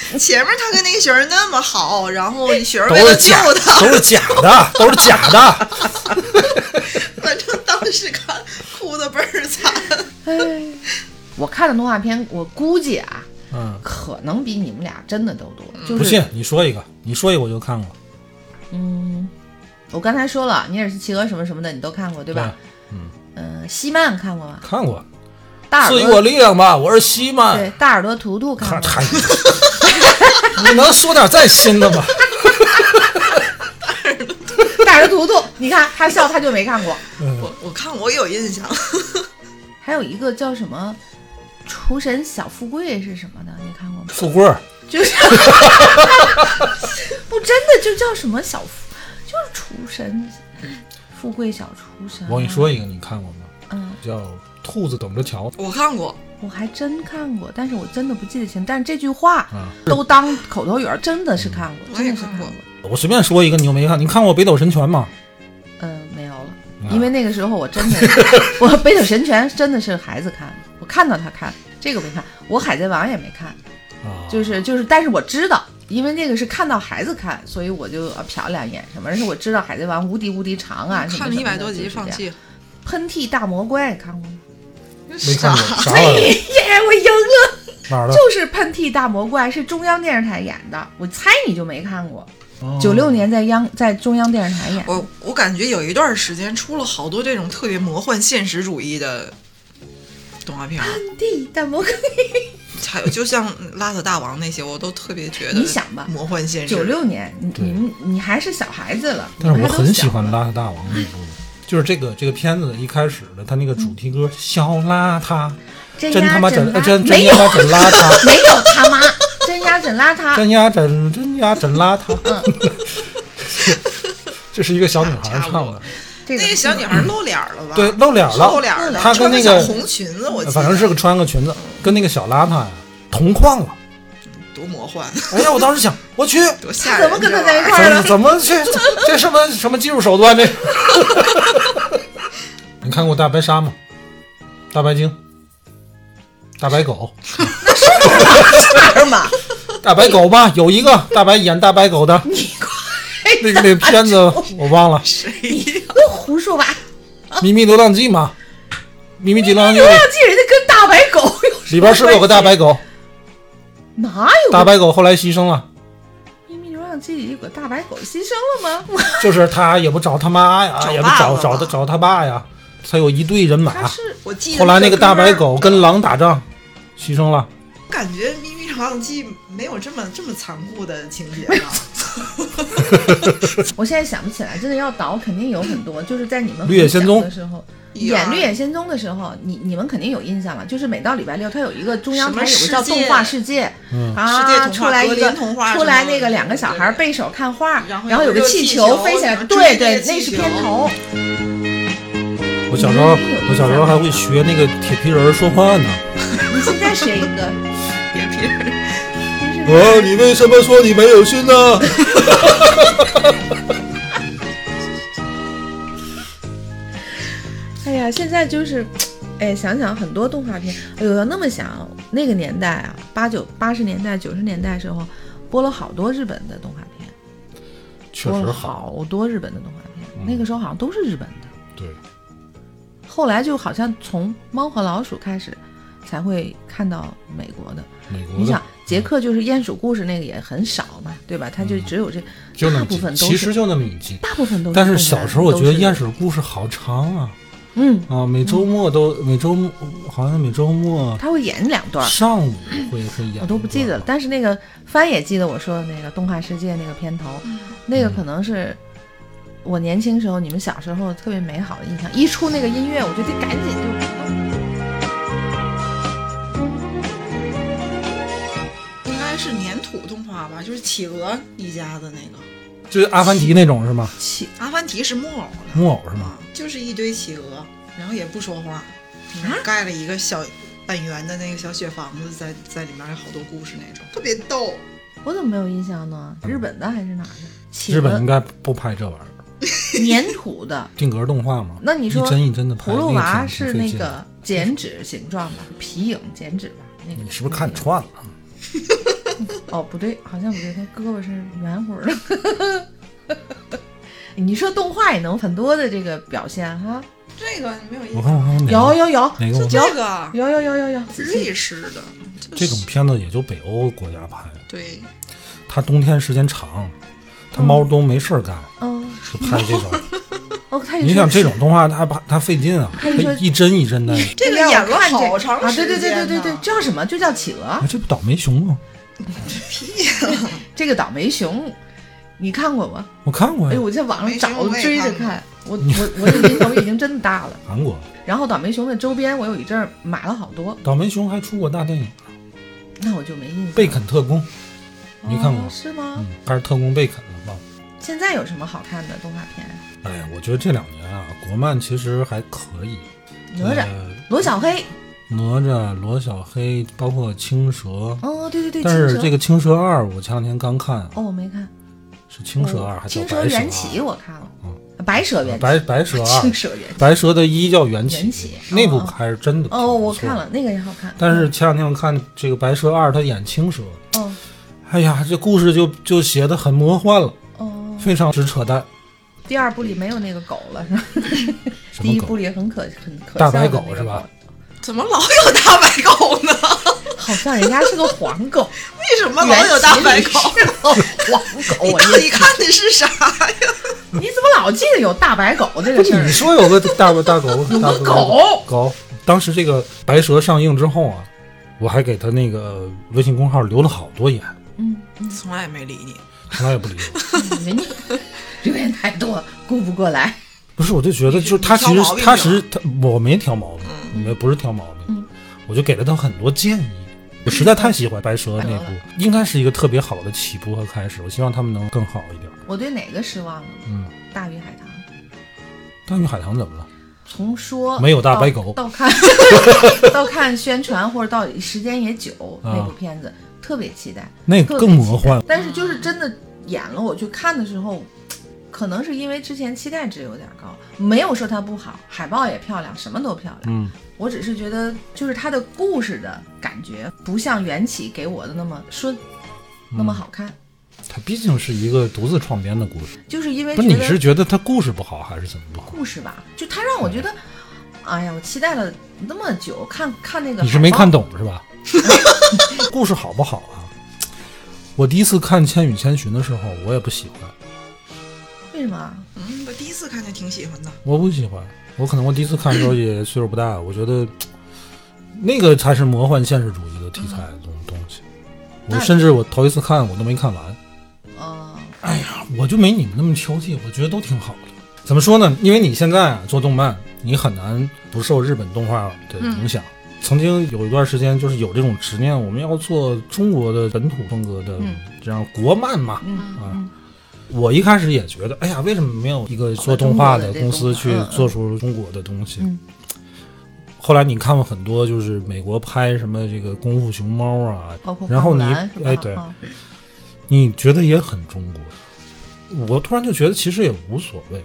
Speaker 2: 美，前面他跟那个雪人那么好，然后雪人
Speaker 1: 都
Speaker 2: 为了
Speaker 1: 是
Speaker 2: 救
Speaker 1: 假，
Speaker 2: 他，
Speaker 1: 都是假的，都是假的。
Speaker 2: 反正当时看哭的倍儿惨。
Speaker 3: 哎，我看的动画片，我估计啊，
Speaker 1: 嗯，
Speaker 3: 可能比你们俩真的都多。就是
Speaker 1: 不信你说一个，你说一个我就看过，
Speaker 3: 嗯，我刚才说了，尼尔是企鹅什么什么的，你都看过对
Speaker 1: 对
Speaker 3: 吧？？嗯、西曼看过吗？
Speaker 1: 看过，
Speaker 3: 大耳
Speaker 1: 赐予
Speaker 3: 朵
Speaker 1: 我力量吧，我是西曼
Speaker 3: 对。大耳朵图图看
Speaker 1: 看，
Speaker 3: 过吗。
Speaker 1: 嗨，你能说点再新的吗？
Speaker 3: 大耳朵图图，你看他笑他就没看过。
Speaker 1: 嗯，
Speaker 2: 我我看我有印象，
Speaker 3: 还有一个叫什么厨神小富贵是什么的，你看过吗？
Speaker 1: 富贵儿，
Speaker 3: 就是 不真的就叫什么小富，就是厨神，富贵小厨神。啊
Speaker 1: 我跟你，说一个，你看过吗？
Speaker 3: 嗯，
Speaker 1: 叫《兔子等着瞧》
Speaker 2: 我看过，
Speaker 3: 我还真看过，但是我真的不记得清。但是这句话
Speaker 1: 啊。
Speaker 3: 都当口头语儿，真的是看过，
Speaker 2: 我
Speaker 3: 真
Speaker 2: 也
Speaker 3: 的是
Speaker 2: 看
Speaker 3: 过
Speaker 2: 过。
Speaker 1: 我随便说一个，你又没看，你看过《北斗神拳》吗？
Speaker 3: 嗯、没有了，
Speaker 1: 啊
Speaker 3: 因为那个时候我真的， 我《北斗神拳》真的是孩子看的，我看到他看，这个没看，我《海贼王》也没看。
Speaker 1: 啊，
Speaker 3: 就是就是，但是我知道，因为那个是看到孩子看，所以我就呃瞟两眼什么。而且我知道《海贼王》无敌无敌长啊，什
Speaker 2: 嗯
Speaker 3: 么
Speaker 2: 看了
Speaker 3: 什么
Speaker 2: 一百
Speaker 3: 的
Speaker 2: 多集，
Speaker 3: 就是这
Speaker 2: 放
Speaker 3: 样。
Speaker 2: 弃了。
Speaker 3: 喷嚏大魔怪看 过吗？
Speaker 1: 没看过，啥
Speaker 3: 哎
Speaker 1: 玩意儿？
Speaker 3: 耶，我赢了！
Speaker 1: 哪儿的？
Speaker 3: 就是喷嚏大魔怪，是中央电视台演的，我猜你就没看过。
Speaker 1: 哦
Speaker 3: 九六年在央在中央电视台演，
Speaker 2: 我我感觉有一段时间出了好多这种特别魔幻现实主义的动画片儿，
Speaker 3: 喷嚏大魔怪。
Speaker 2: 还有就像《邋遢大王》那些，我都特别觉得
Speaker 3: 你想吧
Speaker 2: 魔幻现实。
Speaker 3: 九六年，你
Speaker 1: 对
Speaker 3: 你们你还是小孩子了，
Speaker 1: 但
Speaker 3: 你
Speaker 1: 是我
Speaker 3: 们还都
Speaker 1: 很喜
Speaker 3: 小
Speaker 1: 欢《
Speaker 3: 了
Speaker 1: 邋遢大王》那部，就是这个这个片子一开始的，他那个主题
Speaker 3: 嗯
Speaker 1: 歌“小邋遢”，
Speaker 3: 真
Speaker 1: 真他
Speaker 3: 呀
Speaker 1: 妈真呃
Speaker 3: 真拉
Speaker 1: 真真
Speaker 3: 没有
Speaker 1: 呀真邋遢，
Speaker 3: 没有他妈真呀真 邋遢，
Speaker 1: 真呀真真呀真邋遢。 这是一个小女孩唱的，
Speaker 3: 这
Speaker 2: 那个小女孩露脸儿了吧？
Speaker 1: 对，露脸
Speaker 2: 露
Speaker 1: 了，
Speaker 2: 脸儿了，
Speaker 1: 她跟
Speaker 2: 穿
Speaker 1: 那
Speaker 2: 小
Speaker 1: 个呃
Speaker 2: 红裙子，我记得
Speaker 1: 反正是个穿个裙子，跟那个小邋遢呀同框了。
Speaker 2: 多魔幻，啊
Speaker 1: 哎呀，我当时想， 我去，
Speaker 2: 多吓人！啊
Speaker 3: 怎么跟她在一
Speaker 2: 这玩意
Speaker 3: 块儿
Speaker 2: 儿
Speaker 1: 怎么怎么这这什么什么技术手段这？ 你看过大白鲨吗？大白鲸、大白狗、
Speaker 3: 孩嘛，
Speaker 1: 大白狗吧，有一个大白演大白狗的，那个那个片子我忘了，
Speaker 2: 谁呀？
Speaker 3: 都胡说八道。
Speaker 1: 《秘密流浪记》嘛，《秘密流浪记
Speaker 3: 流》浪记人家跟大白狗有
Speaker 1: 里边是不是有个大白狗？
Speaker 3: 哪有
Speaker 1: 大白狗后来牺牲了，
Speaker 3: 秘密流浪记里有个大白狗牺牲了吗？我
Speaker 1: 就是他也不找他妈呀，
Speaker 2: 找
Speaker 1: 也不
Speaker 2: 爸
Speaker 1: 找
Speaker 2: 爸
Speaker 1: 找
Speaker 2: 吧
Speaker 1: 他找他爸呀，他有一队人马。
Speaker 3: 他是
Speaker 2: 我记得
Speaker 1: 后来那
Speaker 2: 这
Speaker 1: 个大
Speaker 2: 哥们
Speaker 1: 白
Speaker 2: 儿
Speaker 1: 狗跟狼打仗，牺牲了。
Speaker 2: 感觉《秘密流浪记》没有这么这么残酷的情节吧？
Speaker 3: 我现在想不起来，真的要倒肯定有很 多，就是在你们
Speaker 1: 绿野仙踪
Speaker 3: 很小的时候。演《绿
Speaker 2: 呀
Speaker 3: 野仙踪》的时候，你你们肯定有印象了，就是每到礼拜六，它有一个中央
Speaker 2: 什
Speaker 3: 台
Speaker 2: 么
Speaker 3: 有个叫
Speaker 2: 世界
Speaker 3: 动画世界，
Speaker 1: 嗯
Speaker 2: 世界童话
Speaker 3: 啊，出来一
Speaker 2: 格
Speaker 3: 个
Speaker 2: 林童话
Speaker 3: 出来
Speaker 2: 什么的
Speaker 3: 那个两个小孩
Speaker 2: 对
Speaker 3: 背手看画，
Speaker 2: 然后
Speaker 3: 然后有
Speaker 2: 有
Speaker 3: 个
Speaker 2: 个
Speaker 3: 气
Speaker 2: 气
Speaker 3: 球
Speaker 2: 球
Speaker 3: 飞起来，
Speaker 2: 什么
Speaker 3: 对
Speaker 2: 追那
Speaker 3: 对
Speaker 2: 个，
Speaker 3: 那
Speaker 2: 气
Speaker 3: 是
Speaker 2: 球
Speaker 3: 片头，
Speaker 1: 我小时候，
Speaker 3: 嗯
Speaker 1: 我小时候还会学那个铁皮人说话呢。
Speaker 3: 你 现在学一个，
Speaker 2: 别别人
Speaker 3: 就是
Speaker 1: 啊，你为什么说你没有心呢？
Speaker 3: 哎呀，现在就是，哎，想想很多动画片，哎呦，要那么想，那个年代啊，八九八十年代、九十年代时候，播了好多日本的动画片，
Speaker 1: 确
Speaker 3: 播
Speaker 1: 实
Speaker 3: 了
Speaker 1: 好，
Speaker 3: 好多日本的动画片，
Speaker 1: 嗯
Speaker 3: 那个时候好像都是日本的，
Speaker 1: 对，
Speaker 3: 后来就好像从《猫和老鼠》开始，才会看到美国的。
Speaker 1: 美国
Speaker 3: 你
Speaker 1: 的
Speaker 3: 想，杰克就是鼹鼠故事那个也很少嘛，对吧？他就只有这，
Speaker 1: 嗯就那
Speaker 3: 大
Speaker 1: 么
Speaker 3: 部
Speaker 1: 几
Speaker 3: 分，都
Speaker 1: 其
Speaker 3: 是
Speaker 1: 实就那么一集。
Speaker 3: 大部分都是动
Speaker 1: 但
Speaker 3: 漫。
Speaker 1: 是小时候我觉得
Speaker 3: 都是
Speaker 1: 鼹，鼠故事好长啊
Speaker 3: 嗯，
Speaker 1: 啊！每周末都每周末好像每周末
Speaker 3: 他会演两段儿。
Speaker 1: 上午会会演，
Speaker 3: 我都不记得了，。但是那个帆也记得我说的那个动画世界那个片头，那个可能是我年轻时候你们小时候特别美好的印象。一出那个音乐，我就得赶紧就。
Speaker 2: 应该是粘土动画吧，就是企鹅一家的那个。
Speaker 1: 就是阿凡提那种是吗？
Speaker 3: 起
Speaker 2: 阿凡提是木偶的，
Speaker 1: 木偶是吗？
Speaker 2: 就是一堆企鹅，然后也不说话，
Speaker 3: 啊
Speaker 2: 盖了一个小半圆的那个小雪房子，在在里面有好多故事那种，特别逗。
Speaker 3: 我怎么没有印象呢？日本的还是哪儿的？企
Speaker 1: 日本
Speaker 3: 鹅
Speaker 1: 应该不拍这玩意儿。
Speaker 3: 粘土的。
Speaker 1: 定格动画嘛。
Speaker 3: 那你说
Speaker 1: 一帧一帧的拍，
Speaker 3: 葫芦
Speaker 1: 那
Speaker 3: 娃
Speaker 1: 个挺
Speaker 3: 是
Speaker 1: 挺费
Speaker 3: 那
Speaker 1: 劲的
Speaker 3: 个剪纸形状吧？皮影剪纸吧？那个
Speaker 1: 你是不是看串了？
Speaker 3: 哦，不对，好像不对，他胳膊是圆弧的。 你说动画也能很多的这个表现哈，
Speaker 2: 这个没有意
Speaker 1: 我看
Speaker 2: 思，
Speaker 1: 我看我哪个
Speaker 3: 有有有
Speaker 1: 哪个
Speaker 2: 就
Speaker 1: 我
Speaker 2: 这个
Speaker 3: 有有有有有，仔细
Speaker 2: 瑞士的，
Speaker 1: 这种片子也就北欧国家拍，
Speaker 2: 对，
Speaker 1: 它冬天时间长，它猫冬没事儿干，
Speaker 3: 嗯
Speaker 1: 就拍这 种。
Speaker 3: 哦，他也
Speaker 1: 你
Speaker 3: 说
Speaker 1: 想这
Speaker 3: 是
Speaker 1: 种动画，它它费劲啊，它
Speaker 3: 还说
Speaker 1: 一帧一帧的。
Speaker 2: 这个
Speaker 3: 让我
Speaker 2: 演了
Speaker 3: 看这
Speaker 2: 好长
Speaker 3: 啊，对对
Speaker 2: 时
Speaker 3: 对对
Speaker 2: 间
Speaker 3: 对
Speaker 2: 呢
Speaker 3: 对，叫什么？就叫企鹅
Speaker 1: 啊，。这不倒霉熊吗？
Speaker 3: 这个倒霉熊，你看过吗？
Speaker 1: 我看过
Speaker 3: 哎
Speaker 1: 呀
Speaker 3: 呦，，我在网上
Speaker 2: 倒霉熊
Speaker 3: 找
Speaker 2: 我也
Speaker 3: 追着
Speaker 2: 看过
Speaker 3: 看，我我我的年头已经真的大了。
Speaker 1: 韩国
Speaker 3: 然后倒霉熊的周边，我有一阵儿买了好多，
Speaker 1: 倒霉熊还出过大电影
Speaker 3: 那我就没印
Speaker 1: 《
Speaker 3: 象。
Speaker 1: 贝肯特工》，没看过
Speaker 3: 哦是吗
Speaker 1: 嗯？，还是特工贝肯的忘了。
Speaker 3: 现在有什么好看的动画片？啊
Speaker 1: 哎呀，我觉得这两年啊，国漫其实还可以。
Speaker 3: 哪吒、
Speaker 1: 呃
Speaker 3: 罗小黑，
Speaker 1: 哪吒、罗小黑，包括青蛇。
Speaker 3: 哦，对对对，
Speaker 1: 但是这
Speaker 3: 个
Speaker 1: 个《青蛇二》，我前两天刚看，啊
Speaker 3: 哦，我没看
Speaker 1: 是《青蛇二》
Speaker 3: 哦
Speaker 1: 还是
Speaker 3: 青
Speaker 1: 叫《白
Speaker 3: 蛇
Speaker 1: 蛇
Speaker 3: 缘
Speaker 1: 二
Speaker 3: 起》，我看了，啊
Speaker 1: 嗯
Speaker 3: 白蛇缘起，
Speaker 1: 白白蛇二
Speaker 3: 青》，蛇缘起，
Speaker 1: 白蛇的一叫缘起，
Speaker 3: 缘起
Speaker 1: 那部
Speaker 3: 哦
Speaker 1: 还是真的挺
Speaker 3: 哦，我
Speaker 1: 不错
Speaker 3: 看。了那个也好看，
Speaker 1: 但是前两天我看这个《白蛇二》，他演青蛇，
Speaker 3: 哦
Speaker 1: 哎呀，这故事就就写的很魔幻了，
Speaker 3: 哦，
Speaker 1: 非常之扯淡。
Speaker 3: 第二部里没有那个狗了，是吧？
Speaker 1: 什
Speaker 3: 第
Speaker 1: 么
Speaker 3: 一
Speaker 1: 狗
Speaker 3: 部？里很可很可
Speaker 1: 大
Speaker 3: 笑
Speaker 1: 白
Speaker 3: 的
Speaker 1: 狗
Speaker 3: 那个
Speaker 1: 是吧？
Speaker 2: 怎么老有大白狗呢？
Speaker 3: 好像人家是个黄狗，
Speaker 2: 为什么老有大白狗？
Speaker 3: 原来是个黄狗，
Speaker 1: 哦
Speaker 2: 你
Speaker 3: 我
Speaker 2: 到底
Speaker 3: 这
Speaker 2: 看的是啥呀？
Speaker 3: 你怎么老记得有大白狗这
Speaker 1: 不
Speaker 3: 个
Speaker 1: 是
Speaker 3: 事儿
Speaker 1: 你？说有个大大狗，大
Speaker 3: 有个
Speaker 1: 狗狗。当时这个《白蛇》上映之后啊，我还给他那个微信公号留了好多言，
Speaker 3: 嗯，嗯
Speaker 2: 从来没理你，
Speaker 1: 从来也不理我。
Speaker 3: 人家留言太多，顾不过来。
Speaker 1: 不是，我就觉得，
Speaker 2: 你
Speaker 1: 就是他其实
Speaker 2: 你挑毛病
Speaker 1: 他
Speaker 2: 去
Speaker 1: 其实他我没挑毛病，没不是挑毛病，
Speaker 3: 嗯
Speaker 1: 我就给了他很多建议。我实在太喜欢白蛇那部，应该是一个特别好的起步和开始。我希望他们能更好一点。
Speaker 3: 我对哪个失望了？
Speaker 1: 嗯，
Speaker 3: 大鱼海棠，
Speaker 1: 大鱼海棠怎么了？
Speaker 3: 从说
Speaker 1: 没有大
Speaker 3: 到
Speaker 1: 白狗
Speaker 3: 到看 到看宣传或者到时间也久，
Speaker 1: 啊
Speaker 3: 那部片子特别期待，
Speaker 1: 那
Speaker 3: 特别
Speaker 1: 更魔
Speaker 3: 期待
Speaker 1: 幻。
Speaker 3: 但是就是真的演了，我去看的时候。可能是因为之前期待值有点高，没有说它不好，海报也漂亮，什么都漂亮。
Speaker 1: 嗯，
Speaker 3: 我只是觉得，就是它的故事的感觉不像缘起给我的那么顺，
Speaker 1: 嗯
Speaker 3: 那么好看。
Speaker 1: 它毕竟是一个独自创编的故事。
Speaker 3: 就是因为
Speaker 1: 不
Speaker 3: 哎觉
Speaker 1: 是，你是
Speaker 3: 得
Speaker 1: 觉得它故事不好还是怎么不好？
Speaker 3: 故事吧，就它让我觉得，哎呀，我期待了那么久，看看那个
Speaker 1: 你是
Speaker 3: 海
Speaker 1: 没
Speaker 3: 报
Speaker 1: 看懂是吧？ 故事好不好啊？我第一次看《千与千寻》的时候，我也不喜欢，
Speaker 3: 为什么啊？
Speaker 2: 嗯，我第一次看见挺喜欢的。
Speaker 1: 我不喜欢。我可能我第一次看的时候也岁数不大，我觉得那个才是魔幻现实主义的题材的这种东西。我
Speaker 3: 那
Speaker 1: 甚至我头一次看我都没看完，
Speaker 3: 呃，
Speaker 1: 哎我就没你们那么挑剔，我觉得都挺好的。怎么说呢？因为你现在啊做动漫，你很难不受日本动画的
Speaker 3: 嗯
Speaker 1: 影响。曾经有一段时间，就是有这种执念，我们要做中国的本土风格的
Speaker 3: 嗯
Speaker 1: 这样国漫嘛。
Speaker 3: 嗯
Speaker 1: 啊
Speaker 3: 嗯，
Speaker 1: 我一开始也觉得，哎呀，为什么没有一个做动画的公司去
Speaker 3: 哦
Speaker 1: 做出中国的东西？
Speaker 3: 嗯
Speaker 1: 后来你看过很多，就是美国拍什么这个《功夫熊猫》啊，
Speaker 3: 包括
Speaker 1: 然后
Speaker 3: 花木
Speaker 1: 你
Speaker 3: 兰是吧
Speaker 1: 哎对，
Speaker 3: 啊
Speaker 1: 你觉得也很中国。我突然就觉得其实也无所谓，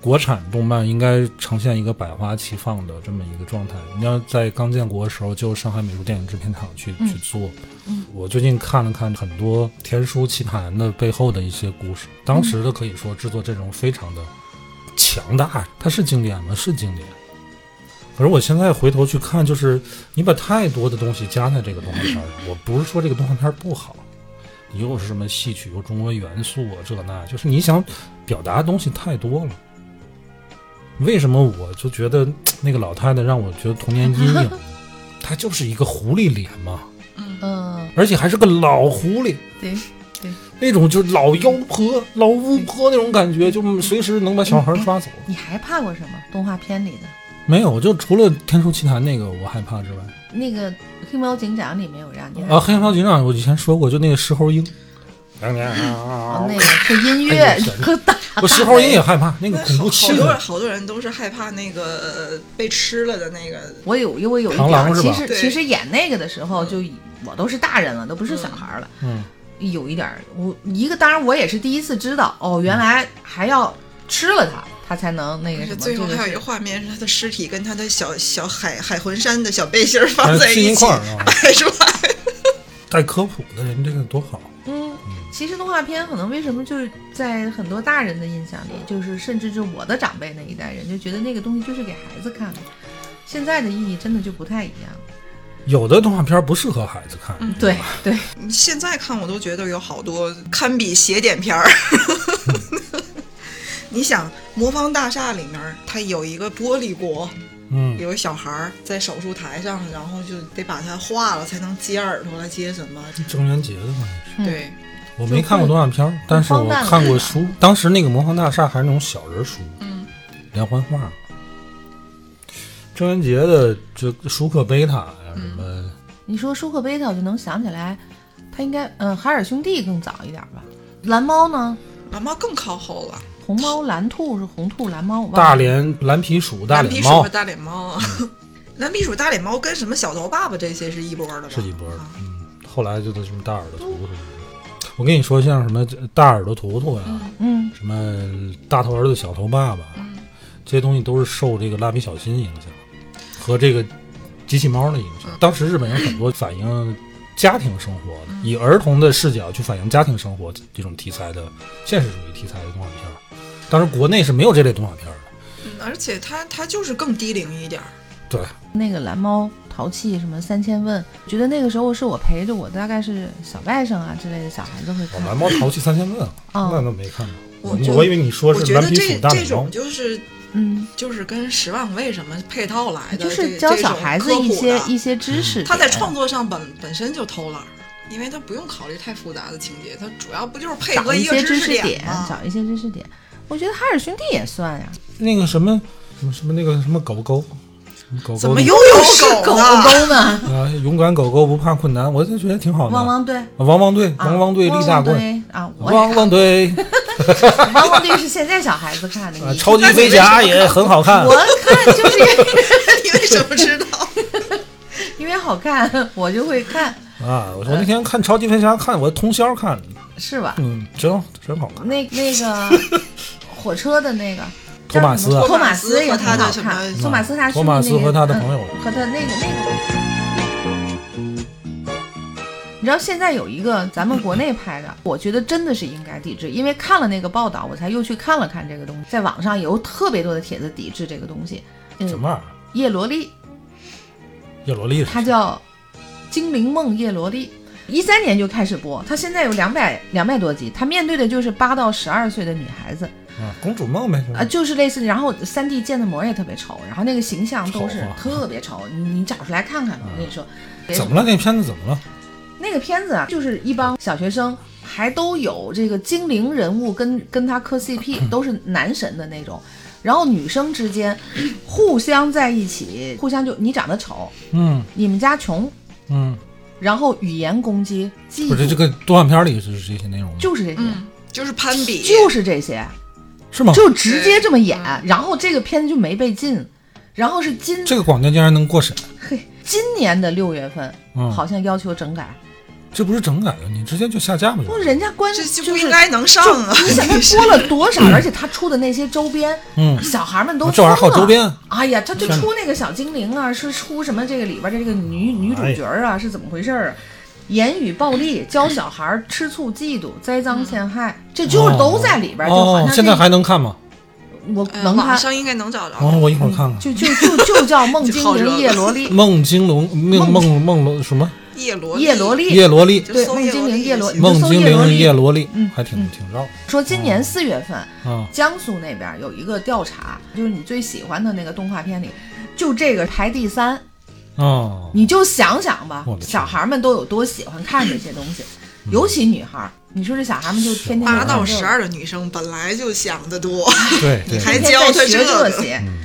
Speaker 1: 国产动漫应该呈现一个百花齐放的这么一个状态。你要在刚建国的时候，就上海美术电影制片厂去、去做。我最近看了看很多《天书奇谭》的背后的一些故事，当时的可以说制作阵容非常的强大，它是经典吗？是经典。可是我现在回头去看，就是你把太多的东西加在这个动画片儿上，我不是说这个动画片儿不好，又是什么戏曲，又中国元素啊，这那，就是你想表达的东西太多了。为什么我就觉得那个老太太让我觉得童年阴影呢？她就是一个狐狸脸嘛，
Speaker 3: 嗯，
Speaker 1: 而且还是个老狐狸，
Speaker 3: 对，
Speaker 1: 那种就是老妖婆、老巫婆那种感觉，就随时能把小孩抓走。
Speaker 3: 你还怕过什么？动画片里的
Speaker 1: 没有，就除了《天书奇谭》那个我害怕之外，
Speaker 3: 那个黑猫警长里没有让你害
Speaker 1: 啊，《黑猫警长》我以前说过，就那个石猴鹰，当年
Speaker 3: 怕
Speaker 1: 啊
Speaker 3: 那个是音
Speaker 1: 哎
Speaker 3: 乐
Speaker 1: 呦神
Speaker 3: 可 大，
Speaker 1: 我石猴鹰也害怕，那个恐怖气
Speaker 2: 好多
Speaker 1: 氛
Speaker 2: 人，。好多人都是害怕那个呃被吃了的那个，
Speaker 3: 我有我有一
Speaker 1: 螳
Speaker 3: 点
Speaker 1: 螂
Speaker 3: 儿，
Speaker 1: 是
Speaker 3: 其
Speaker 1: 吧
Speaker 3: 实
Speaker 2: 对
Speaker 3: 其实演那个的时候就已我都是大人了，都不是小
Speaker 2: 嗯
Speaker 3: 孩儿了。
Speaker 1: 嗯，嗯
Speaker 3: 有一点儿，我一个当然我也是第一次知道哦，原来还要吃了它，它才能那
Speaker 2: 而
Speaker 3: 个
Speaker 2: 且
Speaker 3: 什么。
Speaker 2: 最后
Speaker 3: 这
Speaker 2: 还有一
Speaker 3: 是
Speaker 2: 个画面是他的尸体跟他的小小海海魂衫的小背心儿
Speaker 1: 哎
Speaker 2: 放在
Speaker 1: 拼
Speaker 2: 一
Speaker 1: 一
Speaker 2: 起
Speaker 1: 块儿啊
Speaker 2: 摆出来。
Speaker 1: 带科普的人这个多好。
Speaker 3: 嗯，其实动画片可能为什么就是在很多大人的印象里，就是甚至是我的长辈那一代人就觉得那个东西就是给孩子看的，现在的意义真的就不太一样。
Speaker 1: 有的动画片不适合孩子看，
Speaker 2: 嗯
Speaker 3: 对对，
Speaker 2: 你现在看我都觉得有好多堪比邪典片儿。 你想，《魔方大厦》里面儿，它有一个玻璃国，
Speaker 1: 嗯，
Speaker 2: 有个小孩儿在手术台上，然后就得把它化了才能接耳朵了，接什么？
Speaker 1: 郑渊洁的嘛，那是
Speaker 3: 嗯
Speaker 2: 对，
Speaker 1: 我没看过动画片儿，但是我看过书。当时那个《魔方大厦》还是那种小人书，
Speaker 2: 嗯，
Speaker 1: 连环画。郑渊洁的这《舒克贝塔》呀，什
Speaker 2: 嗯
Speaker 1: 么
Speaker 3: 你说舒克贝塔，我就能想起来，他应该嗯、呃海尔兄弟更早一点吧。蓝猫呢？
Speaker 2: 蓝猫更靠后了，
Speaker 3: 红猫、蓝兔是红兔、蓝猫，我忘了。
Speaker 1: 大连蓝皮鼠、大
Speaker 2: 蓝皮
Speaker 1: 脸
Speaker 2: 鼠
Speaker 1: 猫
Speaker 2: 和大脸猫 啊，蓝皮鼠、大脸猫跟什么小头爸爸这些是一波的吧？
Speaker 1: 是一波的
Speaker 2: 啊，
Speaker 1: 嗯，后来就是什么大耳朵图图什么的。我跟你说，像什么大耳朵图图呀，
Speaker 3: 嗯，
Speaker 1: 什么大头儿子小头爸爸，
Speaker 2: 嗯
Speaker 1: 这些东西都是受这个蜡笔小新影响和这个机器猫的影
Speaker 2: 嗯
Speaker 1: 响。当时日本有很多反映家庭生活的，
Speaker 2: 嗯
Speaker 1: 以儿童的视角去反映家庭生活这种题材的现实主义题材的动画片儿。当时国内是没有这类动画片儿的，
Speaker 2: 嗯而且它它就是更低龄一点儿。
Speaker 1: 对，
Speaker 3: 那个蓝猫淘气什么三千问，觉得那个时候是我陪着我，大概是小外甥啊之类的小孩子会
Speaker 1: 哦
Speaker 3: 看。
Speaker 1: 蓝猫淘气三千问》
Speaker 3: 哦
Speaker 1: 那都没看过。
Speaker 2: 我就
Speaker 1: 我以为你说
Speaker 2: 我
Speaker 1: 是
Speaker 2: 觉
Speaker 1: 蓝
Speaker 2: 得
Speaker 1: 皮
Speaker 2: 这
Speaker 1: 鼠大
Speaker 2: 这
Speaker 1: 脸猫
Speaker 2: 种，就是
Speaker 3: 嗯，
Speaker 2: 就是跟《十万为什么》配套来的，
Speaker 3: 就是
Speaker 2: 这
Speaker 3: 教
Speaker 2: 这
Speaker 3: 小
Speaker 2: 种
Speaker 3: 孩子
Speaker 2: 科
Speaker 3: 一
Speaker 2: 普
Speaker 3: 些
Speaker 2: 的嗯
Speaker 3: 一些知识点。
Speaker 2: 他在创作上本本身就偷懒儿，因为他不用考虑太复杂的情节，他主要不就是配
Speaker 3: 找
Speaker 2: 合
Speaker 3: 一
Speaker 2: 个
Speaker 3: 些知
Speaker 2: 识
Speaker 3: 识点
Speaker 2: 点啊吗？，
Speaker 3: 找一些知识点。我觉得海尔兄弟也算呀，
Speaker 1: 那个什么什么什么那个什么狗狗，什么狗狗
Speaker 2: 怎么
Speaker 1: 那
Speaker 2: 又有
Speaker 3: 狗
Speaker 2: 呢？
Speaker 3: 狗呢？
Speaker 1: 啊，勇敢狗狗不怕困难，我就觉得挺好的。
Speaker 3: 汪汪队，
Speaker 1: 啊汪汪队，
Speaker 3: 啊
Speaker 1: 汪汪队立大棍，
Speaker 3: 啊，我也
Speaker 1: 汪汪队
Speaker 3: 看汪 汪队是现在小孩子看的，
Speaker 1: 啊，
Speaker 3: 你
Speaker 1: 超级飞 侠也很好看
Speaker 3: 我。看就是因为
Speaker 2: 你为什么知道？
Speaker 3: 因为好看，我就会看，
Speaker 1: 啊，我那天看超级飞侠，看我通宵看，
Speaker 3: 是吧？
Speaker 1: 嗯，真真好看。
Speaker 3: 那那个火车的那个
Speaker 1: 托马斯啊嗯
Speaker 3: 托马斯
Speaker 2: 托马
Speaker 3: 也
Speaker 2: 斯和他
Speaker 3: 很
Speaker 2: 的
Speaker 3: 好
Speaker 2: 什
Speaker 3: 看，
Speaker 2: 么
Speaker 3: 托马斯他
Speaker 1: 托马斯
Speaker 3: 兄弟那个
Speaker 1: 和他的朋友
Speaker 3: 嗯和他那个那个。你知道现在有一个咱们国内拍的，我觉得真的是应该抵制，因为看了那个报道，我才又去看了看这个东西，在网上有特别多的帖子抵制这个东西。
Speaker 1: 什
Speaker 3: 嗯，
Speaker 1: 么玩意儿？
Speaker 3: 叶罗丽，
Speaker 1: 叶罗丽是谁
Speaker 3: 它叫《精灵梦夜罗丽》，一三年就开始播，它现在有两百两百多集，它面对的就是八到十二岁的女孩子，
Speaker 1: 啊，公主梦呗，
Speaker 3: 啊，就是类似，然后三 D 建的模也特别丑，然后那个形象都
Speaker 1: 丑
Speaker 3: 是
Speaker 1: 啊嗯
Speaker 3: 特别丑，你你找出来看看吧，我跟你说，
Speaker 1: 怎么了？那片子怎么了？
Speaker 3: 那个片子啊，就是一帮小学生，还都有这个精灵人物跟跟他 磕 CP，都是男神的那种。然后女生之间互相在一起，互相就你长得丑，
Speaker 1: 嗯
Speaker 3: 你们家穷，
Speaker 1: 嗯，
Speaker 3: 然后语言攻击，记
Speaker 1: 不是这
Speaker 3: 住
Speaker 1: 个动画片里是这些内容吗？
Speaker 3: 就是这些，
Speaker 2: 嗯，就是攀比，
Speaker 3: 就是这些，
Speaker 1: 是吗？
Speaker 3: 就直接这么演，然后这个片子就没被禁，然后是今
Speaker 1: 这个广电竟然能过审，
Speaker 3: 嘿，今年的六月份、
Speaker 1: 嗯
Speaker 3: 好像要求整改，
Speaker 1: 这不是整改了？你直接就下架吧。
Speaker 3: 不，人家关
Speaker 2: 这
Speaker 3: 就
Speaker 2: 不
Speaker 3: 是
Speaker 2: 应该能上啊！
Speaker 3: 你想他播了多少，而且他出的那些周边，
Speaker 1: 嗯
Speaker 3: 小孩们都
Speaker 1: 这玩意儿
Speaker 3: 疯
Speaker 1: 好周
Speaker 3: 了
Speaker 1: 边啊
Speaker 3: 哎呀，他就
Speaker 1: 天哪
Speaker 3: 出那个小精灵啊，是出什么这个里边的这个女女主
Speaker 1: 哎呀
Speaker 3: 角啊，是怎么回事儿啊？言语暴力、教小孩吃醋、嫉妒、栽赃陷害，这就是都在里边，就好
Speaker 1: 哦
Speaker 3: 像，
Speaker 1: 现
Speaker 3: 这
Speaker 1: 在还能看吗？
Speaker 3: 我
Speaker 2: 呃
Speaker 3: 能
Speaker 2: 网
Speaker 3: 看，
Speaker 2: 上应该能找着。
Speaker 1: 哦，我一会儿看看。
Speaker 3: 就就就就叫梦
Speaker 2: 就
Speaker 3: 精
Speaker 2: 好
Speaker 3: 灵
Speaker 2: 热
Speaker 3: 叶
Speaker 2: 闹
Speaker 3: 罗丽，
Speaker 1: 梦金龙，梦
Speaker 3: 梦
Speaker 1: 梦梦龙什么？
Speaker 2: 叶罗
Speaker 3: 叶罗丽，
Speaker 1: 叶罗丽，
Speaker 2: 就
Speaker 3: 对
Speaker 2: 搜
Speaker 3: 梦
Speaker 2: 叶
Speaker 3: 精
Speaker 2: 罗
Speaker 3: 灵
Speaker 2: 丽
Speaker 3: 叶
Speaker 2: 就
Speaker 3: 罗
Speaker 2: 行
Speaker 3: 梦
Speaker 1: 梦
Speaker 3: 搜
Speaker 1: 精
Speaker 3: 叶罗
Speaker 1: 灵
Speaker 3: 丽
Speaker 1: 叶罗丽
Speaker 3: 嗯，
Speaker 1: 还挺挺绕
Speaker 3: 说今
Speaker 1: 嗯
Speaker 3: 年四月份，
Speaker 1: 啊。
Speaker 3: 江苏那边有一个调查，就是你最喜欢的那个动画片里，就这个排第三，
Speaker 1: 哦，
Speaker 3: 你就想想吧
Speaker 1: 我，的天嗯
Speaker 3: 小孩们都有多喜欢看这些东西，尤其女孩儿。你说这小孩们就天天
Speaker 2: 八到
Speaker 3: 这个
Speaker 2: 十，二的女生本来就想的多，
Speaker 3: 哎
Speaker 1: 对对，
Speaker 2: 你还
Speaker 3: 天天在
Speaker 2: 教他
Speaker 3: 学
Speaker 2: 这个
Speaker 3: 些，
Speaker 1: 嗯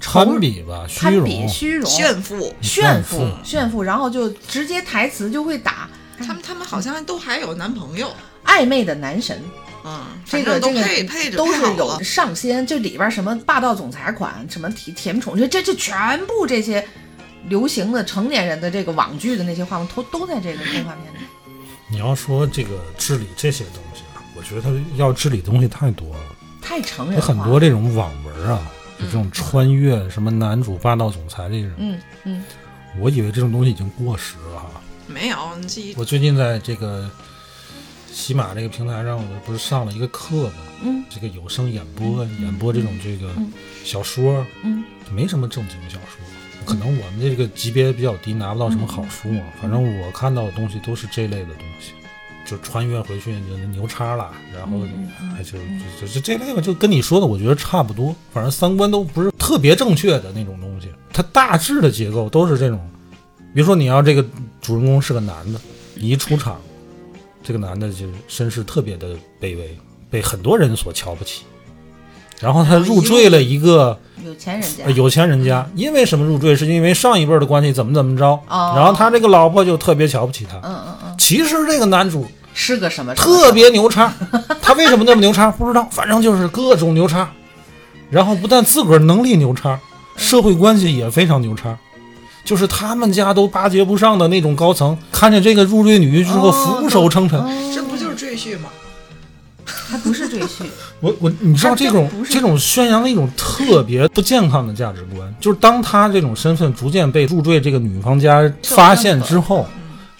Speaker 1: 攀比吧，虚
Speaker 3: 攀
Speaker 1: 荣，
Speaker 3: 比、虚荣、
Speaker 2: 炫富。
Speaker 3: 炫
Speaker 1: 炫
Speaker 3: 富
Speaker 1: 富、
Speaker 3: 炫富，然后就直接台词就会打
Speaker 2: 他们他们好像都还有男朋友，
Speaker 3: 暧昧的男神，
Speaker 2: 嗯，
Speaker 3: 这
Speaker 2: 反正
Speaker 3: 个
Speaker 2: 都
Speaker 3: 这个
Speaker 2: 配配着
Speaker 3: 都
Speaker 2: 配
Speaker 3: 是
Speaker 2: 好
Speaker 3: 有
Speaker 2: 了。
Speaker 3: 上仙，这里边什么霸道总裁款，什么甜甜宠，这这这全部这些流行的成年人的这个网剧的那些画风，都都在这个动画片里。
Speaker 1: 你要说这个治理这些东西啊，我觉得要治理的东西太多了。
Speaker 3: 太成人
Speaker 1: 有
Speaker 3: 化
Speaker 1: 很
Speaker 3: 了。
Speaker 1: 多这种网文啊，就这种穿越什么男主霸道总裁这种，
Speaker 3: 嗯嗯，
Speaker 1: 我以为这种东西已经过时了哈。
Speaker 2: 没有，你这
Speaker 1: 我最近在这个喜马这个平台上，我不是上了一个课嘛，
Speaker 3: 嗯，
Speaker 1: 这个有声演播，演播这种这个小说，
Speaker 3: 嗯，
Speaker 1: 没什么正经小说。可能我们这个级别比较低，拿不到什
Speaker 3: 嗯
Speaker 1: 么好书嘛。反正我看到的东西都是这类的东西，就穿越回去就牛叉了，然
Speaker 3: 嗯
Speaker 1: 后还就就就这类吧，就跟你说的，我觉得差不多。反正三观都不是特别正确的那种东西，它大致的结构都是这种。比如说你要这个主人公是个男的，你一出场，这个男的就身世特别的卑微，被很多人所瞧不起。然后他入赘了一个
Speaker 3: 有钱人家
Speaker 1: 呃有钱人家，因为什么入赘？是因为上一辈儿的关系怎么怎么着，
Speaker 3: 嗯哦
Speaker 1: 然后他这个老婆就特别瞧不起他。
Speaker 3: 嗯嗯嗯，
Speaker 1: 其实这个男主
Speaker 3: 是个什么什么
Speaker 1: 特别牛叉，他为什么那么牛叉？不知道，反正就是各种牛叉。然后不但自个儿能力牛叉，社会关系也非常牛叉，就是他们家都巴结不上的那种高层，看见这个入赘女之后
Speaker 3: 哦
Speaker 1: 俯首称臣。
Speaker 3: 哦
Speaker 2: 这不就是赘婿吗？
Speaker 3: 还不是赘婿？
Speaker 1: 我我，你知道
Speaker 3: 他
Speaker 1: 这
Speaker 3: 真
Speaker 1: 种
Speaker 3: 不是
Speaker 1: 这种宣扬了一种特别不健康的价值观，就是当他这种身份逐渐被入赘这个女方家发现之后，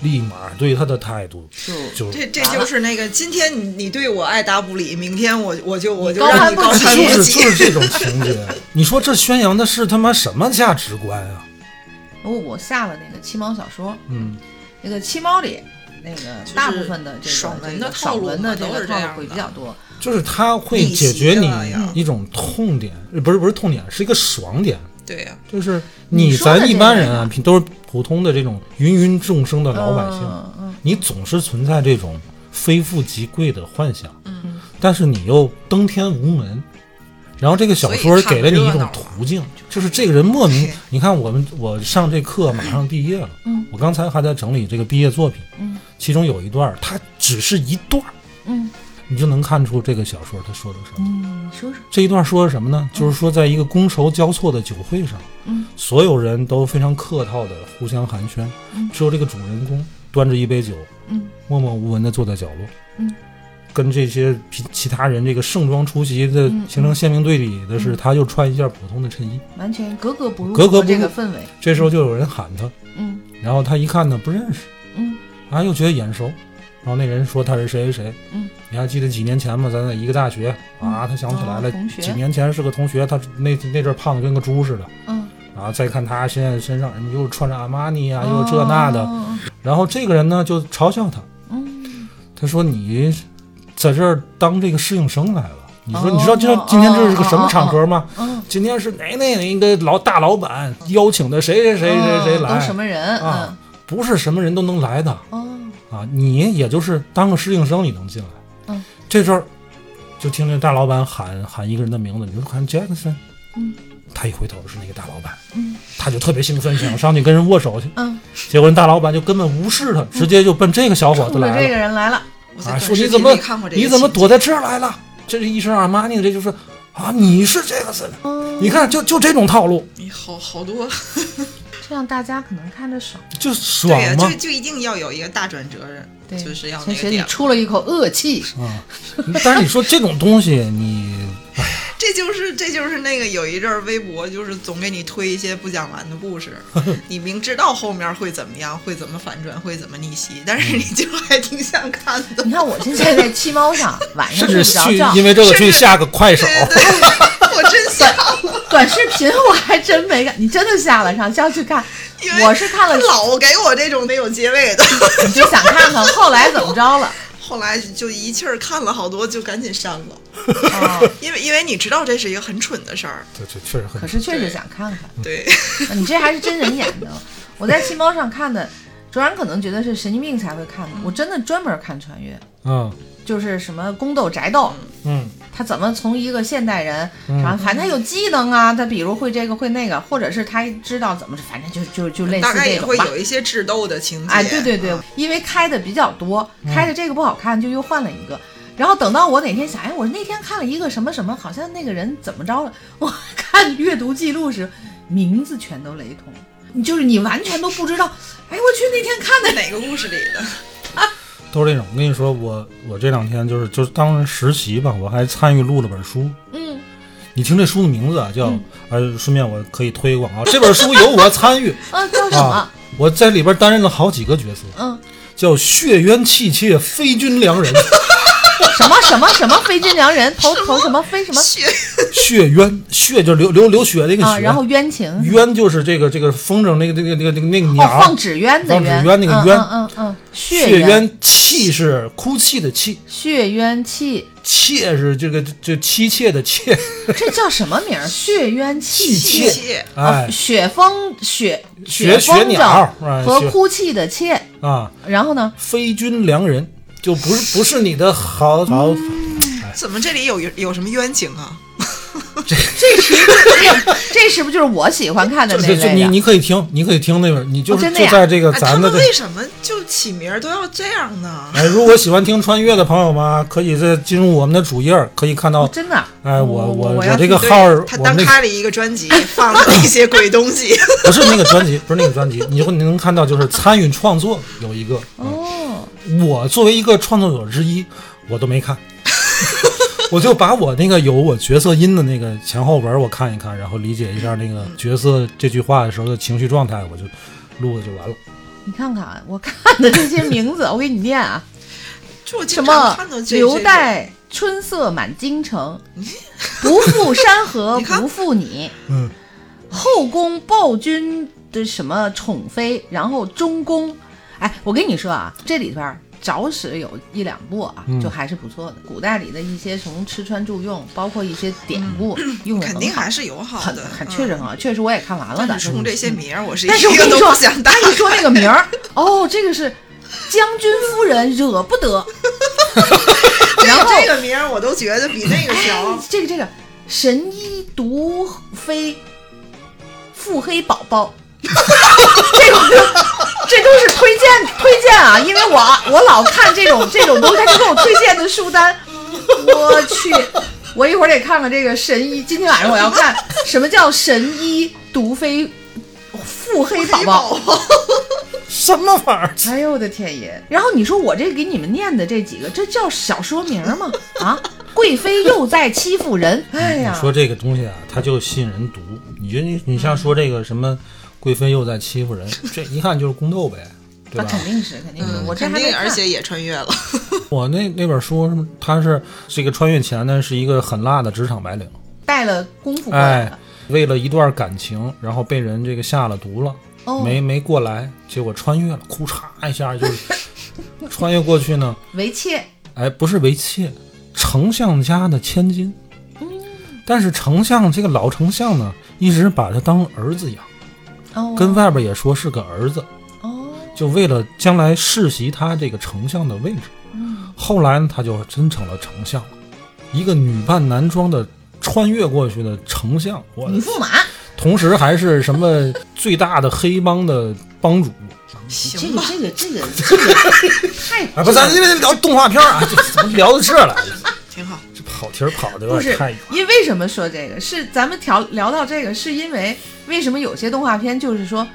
Speaker 1: 立马对他的态度
Speaker 3: 就
Speaker 1: 就
Speaker 2: 这这就是那个，今天你你对我爱答不理，明天我我就我就
Speaker 3: 高
Speaker 2: 让
Speaker 3: 攀
Speaker 2: 你
Speaker 3: 不
Speaker 2: 高
Speaker 3: 起
Speaker 2: 攀
Speaker 1: 就
Speaker 2: 不
Speaker 1: 是
Speaker 2: 起
Speaker 1: 就。是这种情节。你说这宣扬的是他妈什么价值观啊？
Speaker 3: 我哦我下了那个七猫小说，
Speaker 1: 嗯，
Speaker 3: 那个七猫里那个
Speaker 2: 是
Speaker 3: 大部分的这个
Speaker 2: 爽文
Speaker 3: 这
Speaker 2: 的
Speaker 3: 个
Speaker 2: 套
Speaker 3: 爽
Speaker 2: 路
Speaker 3: 文
Speaker 2: 嘛
Speaker 3: 的这
Speaker 2: 都
Speaker 3: 个
Speaker 2: 是这
Speaker 3: 套路
Speaker 2: 样
Speaker 3: 会比
Speaker 2: 的
Speaker 3: 较多。
Speaker 1: 就是他会解决你一种痛点，呃不是不是痛点，是一个爽点。
Speaker 2: 对啊呀、
Speaker 1: 就是你咱一般人啊，都是普通的这种芸芸众生的老百姓，
Speaker 3: 嗯嗯
Speaker 1: 你总是存在这种非富即贵的幻想，嗯，但是你又登天无门，然后这个小说给了你一种途径，就是这个人莫名
Speaker 2: 是，
Speaker 1: 你看我们我上这课马上毕业了，
Speaker 3: 嗯，
Speaker 1: 我刚才还在整理这个毕业作品，
Speaker 3: 嗯，
Speaker 1: 其中有一段儿，它只是一段儿，
Speaker 3: 嗯
Speaker 1: 你就能看出这个小说它说的什么。
Speaker 3: 嗯，你说说，
Speaker 1: 这一段说的什么呢？就是说，在一个觥筹交错的酒会上，
Speaker 3: 嗯，
Speaker 1: 所有人都非常客套的互相寒暄，
Speaker 3: 嗯
Speaker 1: 只有这个主人公端着一杯酒，
Speaker 3: 嗯
Speaker 1: 默默无闻的坐在角落，
Speaker 3: 嗯，
Speaker 1: 跟这些其其他人这个盛装出席的
Speaker 3: 嗯
Speaker 1: 形成鲜明对比的是，他就穿一件普通的衬衣。
Speaker 3: 完全格格不入，
Speaker 1: 格格不入
Speaker 3: 这个氛围，
Speaker 1: 这时候就有人喊他，
Speaker 3: 嗯
Speaker 1: 然后他一看呢不认识，
Speaker 3: 嗯
Speaker 1: 啊又觉得眼熟，然后那人说他是谁谁谁，
Speaker 3: 嗯，
Speaker 1: 你还记得几年前吗？咱在一个大学啊，他想起来了，
Speaker 3: 哦同学
Speaker 1: 几年前是个同学，他那那阵儿胖的跟个猪似的。
Speaker 3: 嗯，
Speaker 1: 然后再看他现在身上什么，又是穿着阿玛尼啊，又是这那的。
Speaker 3: 哦，
Speaker 1: 然后这个人呢就嘲笑他，
Speaker 3: 嗯，
Speaker 1: 他说：“你在这儿当这个适应生来了。”你说：“
Speaker 3: 哦
Speaker 1: 你知道今
Speaker 3: 哦
Speaker 1: 今天这是个什么场合吗？
Speaker 3: 嗯，
Speaker 1: 今天是哪哪哪一个老大老板邀请的谁谁谁谁谁
Speaker 3: 哦都什
Speaker 1: 来
Speaker 3: 么人？
Speaker 1: 啊？不是什么人都能来的
Speaker 3: 嗯，
Speaker 1: 啊！你也就是当个适应生，你能进来。
Speaker 3: 嗯
Speaker 1: 这阵儿就听见大老板喊喊一个人的名字，你说喊杰克森。
Speaker 3: 嗯，
Speaker 1: 他一回头是那个大老板。
Speaker 3: 嗯，
Speaker 1: 他就特别兴奋，想要上去跟人握手去。
Speaker 3: 哦嗯，
Speaker 1: 结果人大老板就根本无视他，直接就奔这个小伙
Speaker 3: 冲
Speaker 1: 子
Speaker 3: 着
Speaker 1: 来
Speaker 3: 这
Speaker 1: 了，
Speaker 3: 个人来了，
Speaker 2: 嗯我在
Speaker 1: 啊，
Speaker 2: 短
Speaker 1: 说
Speaker 2: 视
Speaker 1: 你
Speaker 2: 频
Speaker 1: 怎么
Speaker 2: 里看过这个
Speaker 1: 你怎么
Speaker 2: 情
Speaker 1: 躲在这儿来了？这是一身阿玛尼的，这就是啊，你是杰克森，
Speaker 3: 嗯，
Speaker 1: 你看就就这种套路，
Speaker 2: 节？你好好多，
Speaker 3: 这样大家可能看着爽，
Speaker 1: 就
Speaker 2: 对
Speaker 1: 爽
Speaker 2: 呀、
Speaker 1: 吗
Speaker 2: 就？就一定要有一个大转折，
Speaker 3: 对，
Speaker 2: 就是要
Speaker 3: 从
Speaker 2: 那个
Speaker 3: 血里
Speaker 2: 点。
Speaker 3: 出了一口恶气，
Speaker 1: 啊，但是你说这种东西，你
Speaker 2: 这就是这就是那个有一阵儿微博就是总给你推一些不讲完的 故事，你明知道后面会怎么样，会怎么反转，会怎么逆袭，但是你就还挺想看 的
Speaker 3: 你。看我现在在七猫上，晚上
Speaker 1: 甚
Speaker 3: 睡
Speaker 1: 至
Speaker 3: 不着
Speaker 1: 去
Speaker 3: 觉，
Speaker 1: 因为这个去
Speaker 2: 甚至
Speaker 1: 下个快手
Speaker 2: 对，对，我真 想，
Speaker 3: 短视频我还真没看，你真的下了上要去看
Speaker 2: 因，为
Speaker 3: 我是看了，
Speaker 2: 老给我这种没有结尾的。
Speaker 3: 你就想看看后来怎么着了，
Speaker 2: 后来就一气儿看了好多，就赶紧删了，
Speaker 3: 哦，
Speaker 2: 因为因为你知道这是一个很蠢的事儿，
Speaker 1: 这这确实很
Speaker 3: 可是确实想看看。
Speaker 2: 对，
Speaker 3: 啊你这还是真人演的。我在七猫上看的，卓然可能觉得是神经病才会看的，我真的专门看穿越，
Speaker 1: 嗯
Speaker 3: 就是什么宫斗宅斗，
Speaker 1: 嗯
Speaker 3: 他怎么从一个现代人，然后反正他有技能啊，他比如会这个会那个，或者是他知道怎么，反正就就就类似
Speaker 2: 大概
Speaker 3: 这
Speaker 2: 也
Speaker 3: 种
Speaker 2: 会
Speaker 3: 吧
Speaker 2: 有。一些啊智斗的情节。
Speaker 3: 哎，对对对，因为开的比较多，开的这个不好看，就又换了一个。然后等到我哪天想，哎，我那天看了一个什么什么，好像那个人怎么着了？我看阅读记录时，名字全都雷同，就是你完全都不知道。哎，我去，那天看的
Speaker 2: 哪个故事里的？
Speaker 1: 都是这种。我跟你说，我我这两天就是就是当时实习吧，我还参与录了本书。
Speaker 3: 嗯，
Speaker 1: 你听这书的名字啊，叫
Speaker 3: 嗯
Speaker 1: 呃，顺便我可以推广啊，这本书由我参 与，
Speaker 3: 啊，叫什么？
Speaker 1: 我在里边担任了好几个角色，
Speaker 3: 嗯，
Speaker 1: 叫血冤气切非君良 人，
Speaker 3: 什么什么什么非君良人，投 投什么非什么
Speaker 2: 血
Speaker 1: 血冤血就流流流血那个血，
Speaker 3: 啊？然后冤情，
Speaker 1: 冤就是这个这个风筝那个那个那个那个那个鸟
Speaker 3: 哦，
Speaker 1: 儿，
Speaker 3: 放纸鸢的
Speaker 1: 放纸
Speaker 3: 鸢，
Speaker 1: 鸢那个鸢
Speaker 3: 嗯嗯嗯嗯，
Speaker 1: 血
Speaker 3: 血鸢，
Speaker 1: 冤气是哭泣的泣，
Speaker 3: 血冤气，
Speaker 1: 切是这个这妻妾的妾，
Speaker 3: 这叫什么名儿？血冤气
Speaker 1: 气
Speaker 3: 切
Speaker 1: 切。
Speaker 2: 切
Speaker 3: 啊
Speaker 1: 哎，
Speaker 3: 雪风雪
Speaker 1: 雪
Speaker 3: 风
Speaker 1: 雪鸟
Speaker 3: 筝
Speaker 1: 哎
Speaker 3: 和
Speaker 1: 雪
Speaker 3: 哭泣的妾，
Speaker 1: 啊，
Speaker 3: 然后呢？
Speaker 1: 非君良人就不是不是你的好嗯好。
Speaker 3: 哎
Speaker 2: 怎么这里有有什么冤情啊？
Speaker 3: 这是这是不是就是我喜欢看的
Speaker 1: 就
Speaker 3: 那
Speaker 1: 就你
Speaker 3: 类的？
Speaker 1: 你可以听，你可以听那本，你就
Speaker 3: 哦
Speaker 1: 是、
Speaker 3: 真的
Speaker 1: 就
Speaker 3: 呀
Speaker 1: 在这个
Speaker 2: 哎，他
Speaker 1: 咱的
Speaker 2: 们
Speaker 1: 这。
Speaker 2: 为什么就起名儿都要这样呢？
Speaker 1: 哎，如果喜欢听穿越的朋友们，可以在进入我们的主页，可以看
Speaker 3: 哦
Speaker 1: 到，。
Speaker 3: 真的啊，
Speaker 1: 哎，我
Speaker 3: 我
Speaker 1: 我
Speaker 3: 我要
Speaker 1: 这个
Speaker 3: 去
Speaker 2: 对
Speaker 1: 号儿，
Speaker 2: 他
Speaker 1: 我们
Speaker 2: 单
Speaker 1: 那个
Speaker 2: 开了一个专辑， 放了一些鬼东 西。
Speaker 1: 不是那个专辑，不是那个专辑，你就你能看到，就是参与创作有一个，
Speaker 3: 哦，
Speaker 1: 我作为一个创作者之一，我都没 看，我就把我那个有我角色音的那个前后文我看一看，然后理解一下那个角色这句话的时候的情绪状态，我就录了就完了。
Speaker 3: 你看看我看的这些名字，我给你念啊，
Speaker 2: 就我
Speaker 3: 什
Speaker 2: 经常
Speaker 3: 么
Speaker 2: 看到这
Speaker 3: 刘，
Speaker 2: 这
Speaker 3: 岱春色满京城，不负山河
Speaker 2: 你看
Speaker 3: 不负你，
Speaker 1: 嗯，
Speaker 3: 后宫暴君的什么宠妃，然后中宫，哎，我跟你说啊，这里边儿找死有一两部啊，
Speaker 1: 嗯
Speaker 3: 就还是不错的。古代里的一些从吃穿住用，包括一些典故，用
Speaker 2: 个嗯
Speaker 3: 的
Speaker 2: 肯定还是有好
Speaker 3: 很
Speaker 2: 的，
Speaker 3: 很
Speaker 2: 嗯
Speaker 3: 确实很好，确实我也看完了的
Speaker 2: 但。是冲这些名儿，我是一
Speaker 3: 但是我跟
Speaker 2: 个
Speaker 3: 你
Speaker 2: 都
Speaker 3: 说，
Speaker 2: 不想搭。
Speaker 3: 但一说那个名儿，哦，这个是将军夫人惹 不得，然后哎
Speaker 2: 这个名儿我都觉得比那个强。
Speaker 3: 这个这个神医毒妃腹黑宝宝，这个这都是推荐推荐啊，因为我我老看这种这种东西，他就给我推荐的书单，我去，我一会儿得看看这个神医，今天晚上我要看什么叫神医毒妃腹黑宝宝。
Speaker 1: 什么玩意儿？
Speaker 3: 哎呦我的天爷！然后你说我这给你们念的这几个，这叫小说名吗？啊，贵妃又在欺负人！哎呀
Speaker 1: 你，说这个东西啊，它就吸引人读。你觉得你你像说这个什么贵妃又在欺 负人，这一看就是宫斗呗，对
Speaker 3: 那
Speaker 1: 吧？嗯
Speaker 3: 肯定是肯定是，我这
Speaker 2: 肯
Speaker 3: 还没
Speaker 2: 定，
Speaker 3: 看
Speaker 2: 而且也穿 越了。
Speaker 1: 我那那本书是它是这个穿越前呢是一个很辣的职场白领，
Speaker 3: 带了功 夫过来
Speaker 1: 哎
Speaker 3: 了。，
Speaker 1: 为了一段感情，然后被人这个下了毒了，
Speaker 3: 哦，
Speaker 1: 没没过来，结果穿越了，哭嚓一下就是 穿越过去呢。
Speaker 3: 为妾
Speaker 1: 哎，不是为妾，丞相家的千金。
Speaker 3: 嗯
Speaker 1: 但是丞相这个老丞相呢，一直把他当儿子养，
Speaker 3: 哦，
Speaker 1: 跟外边也说是个儿子，
Speaker 3: 哦，
Speaker 1: 就为了将来世袭他这个丞相的位置。
Speaker 3: 嗯，
Speaker 1: 后来呢，他就真成了丞相了，一个女扮男装的穿越过去的丞相，我的
Speaker 3: 女驸马，
Speaker 1: 同时还是什么最大的黑帮的帮主。
Speaker 3: 这
Speaker 2: 行
Speaker 3: 个
Speaker 2: 吧，
Speaker 3: 这个这个这个太
Speaker 1: 啊，不，咱因为聊动画片儿 啊，这怎么聊到这儿了？
Speaker 2: 挺好。
Speaker 1: 这跑题儿跑的有
Speaker 3: 不
Speaker 1: 点
Speaker 3: 是
Speaker 1: 太远。
Speaker 3: 因为什么说这个？是咱们调聊到这个，是因为为什么有些动画片就是说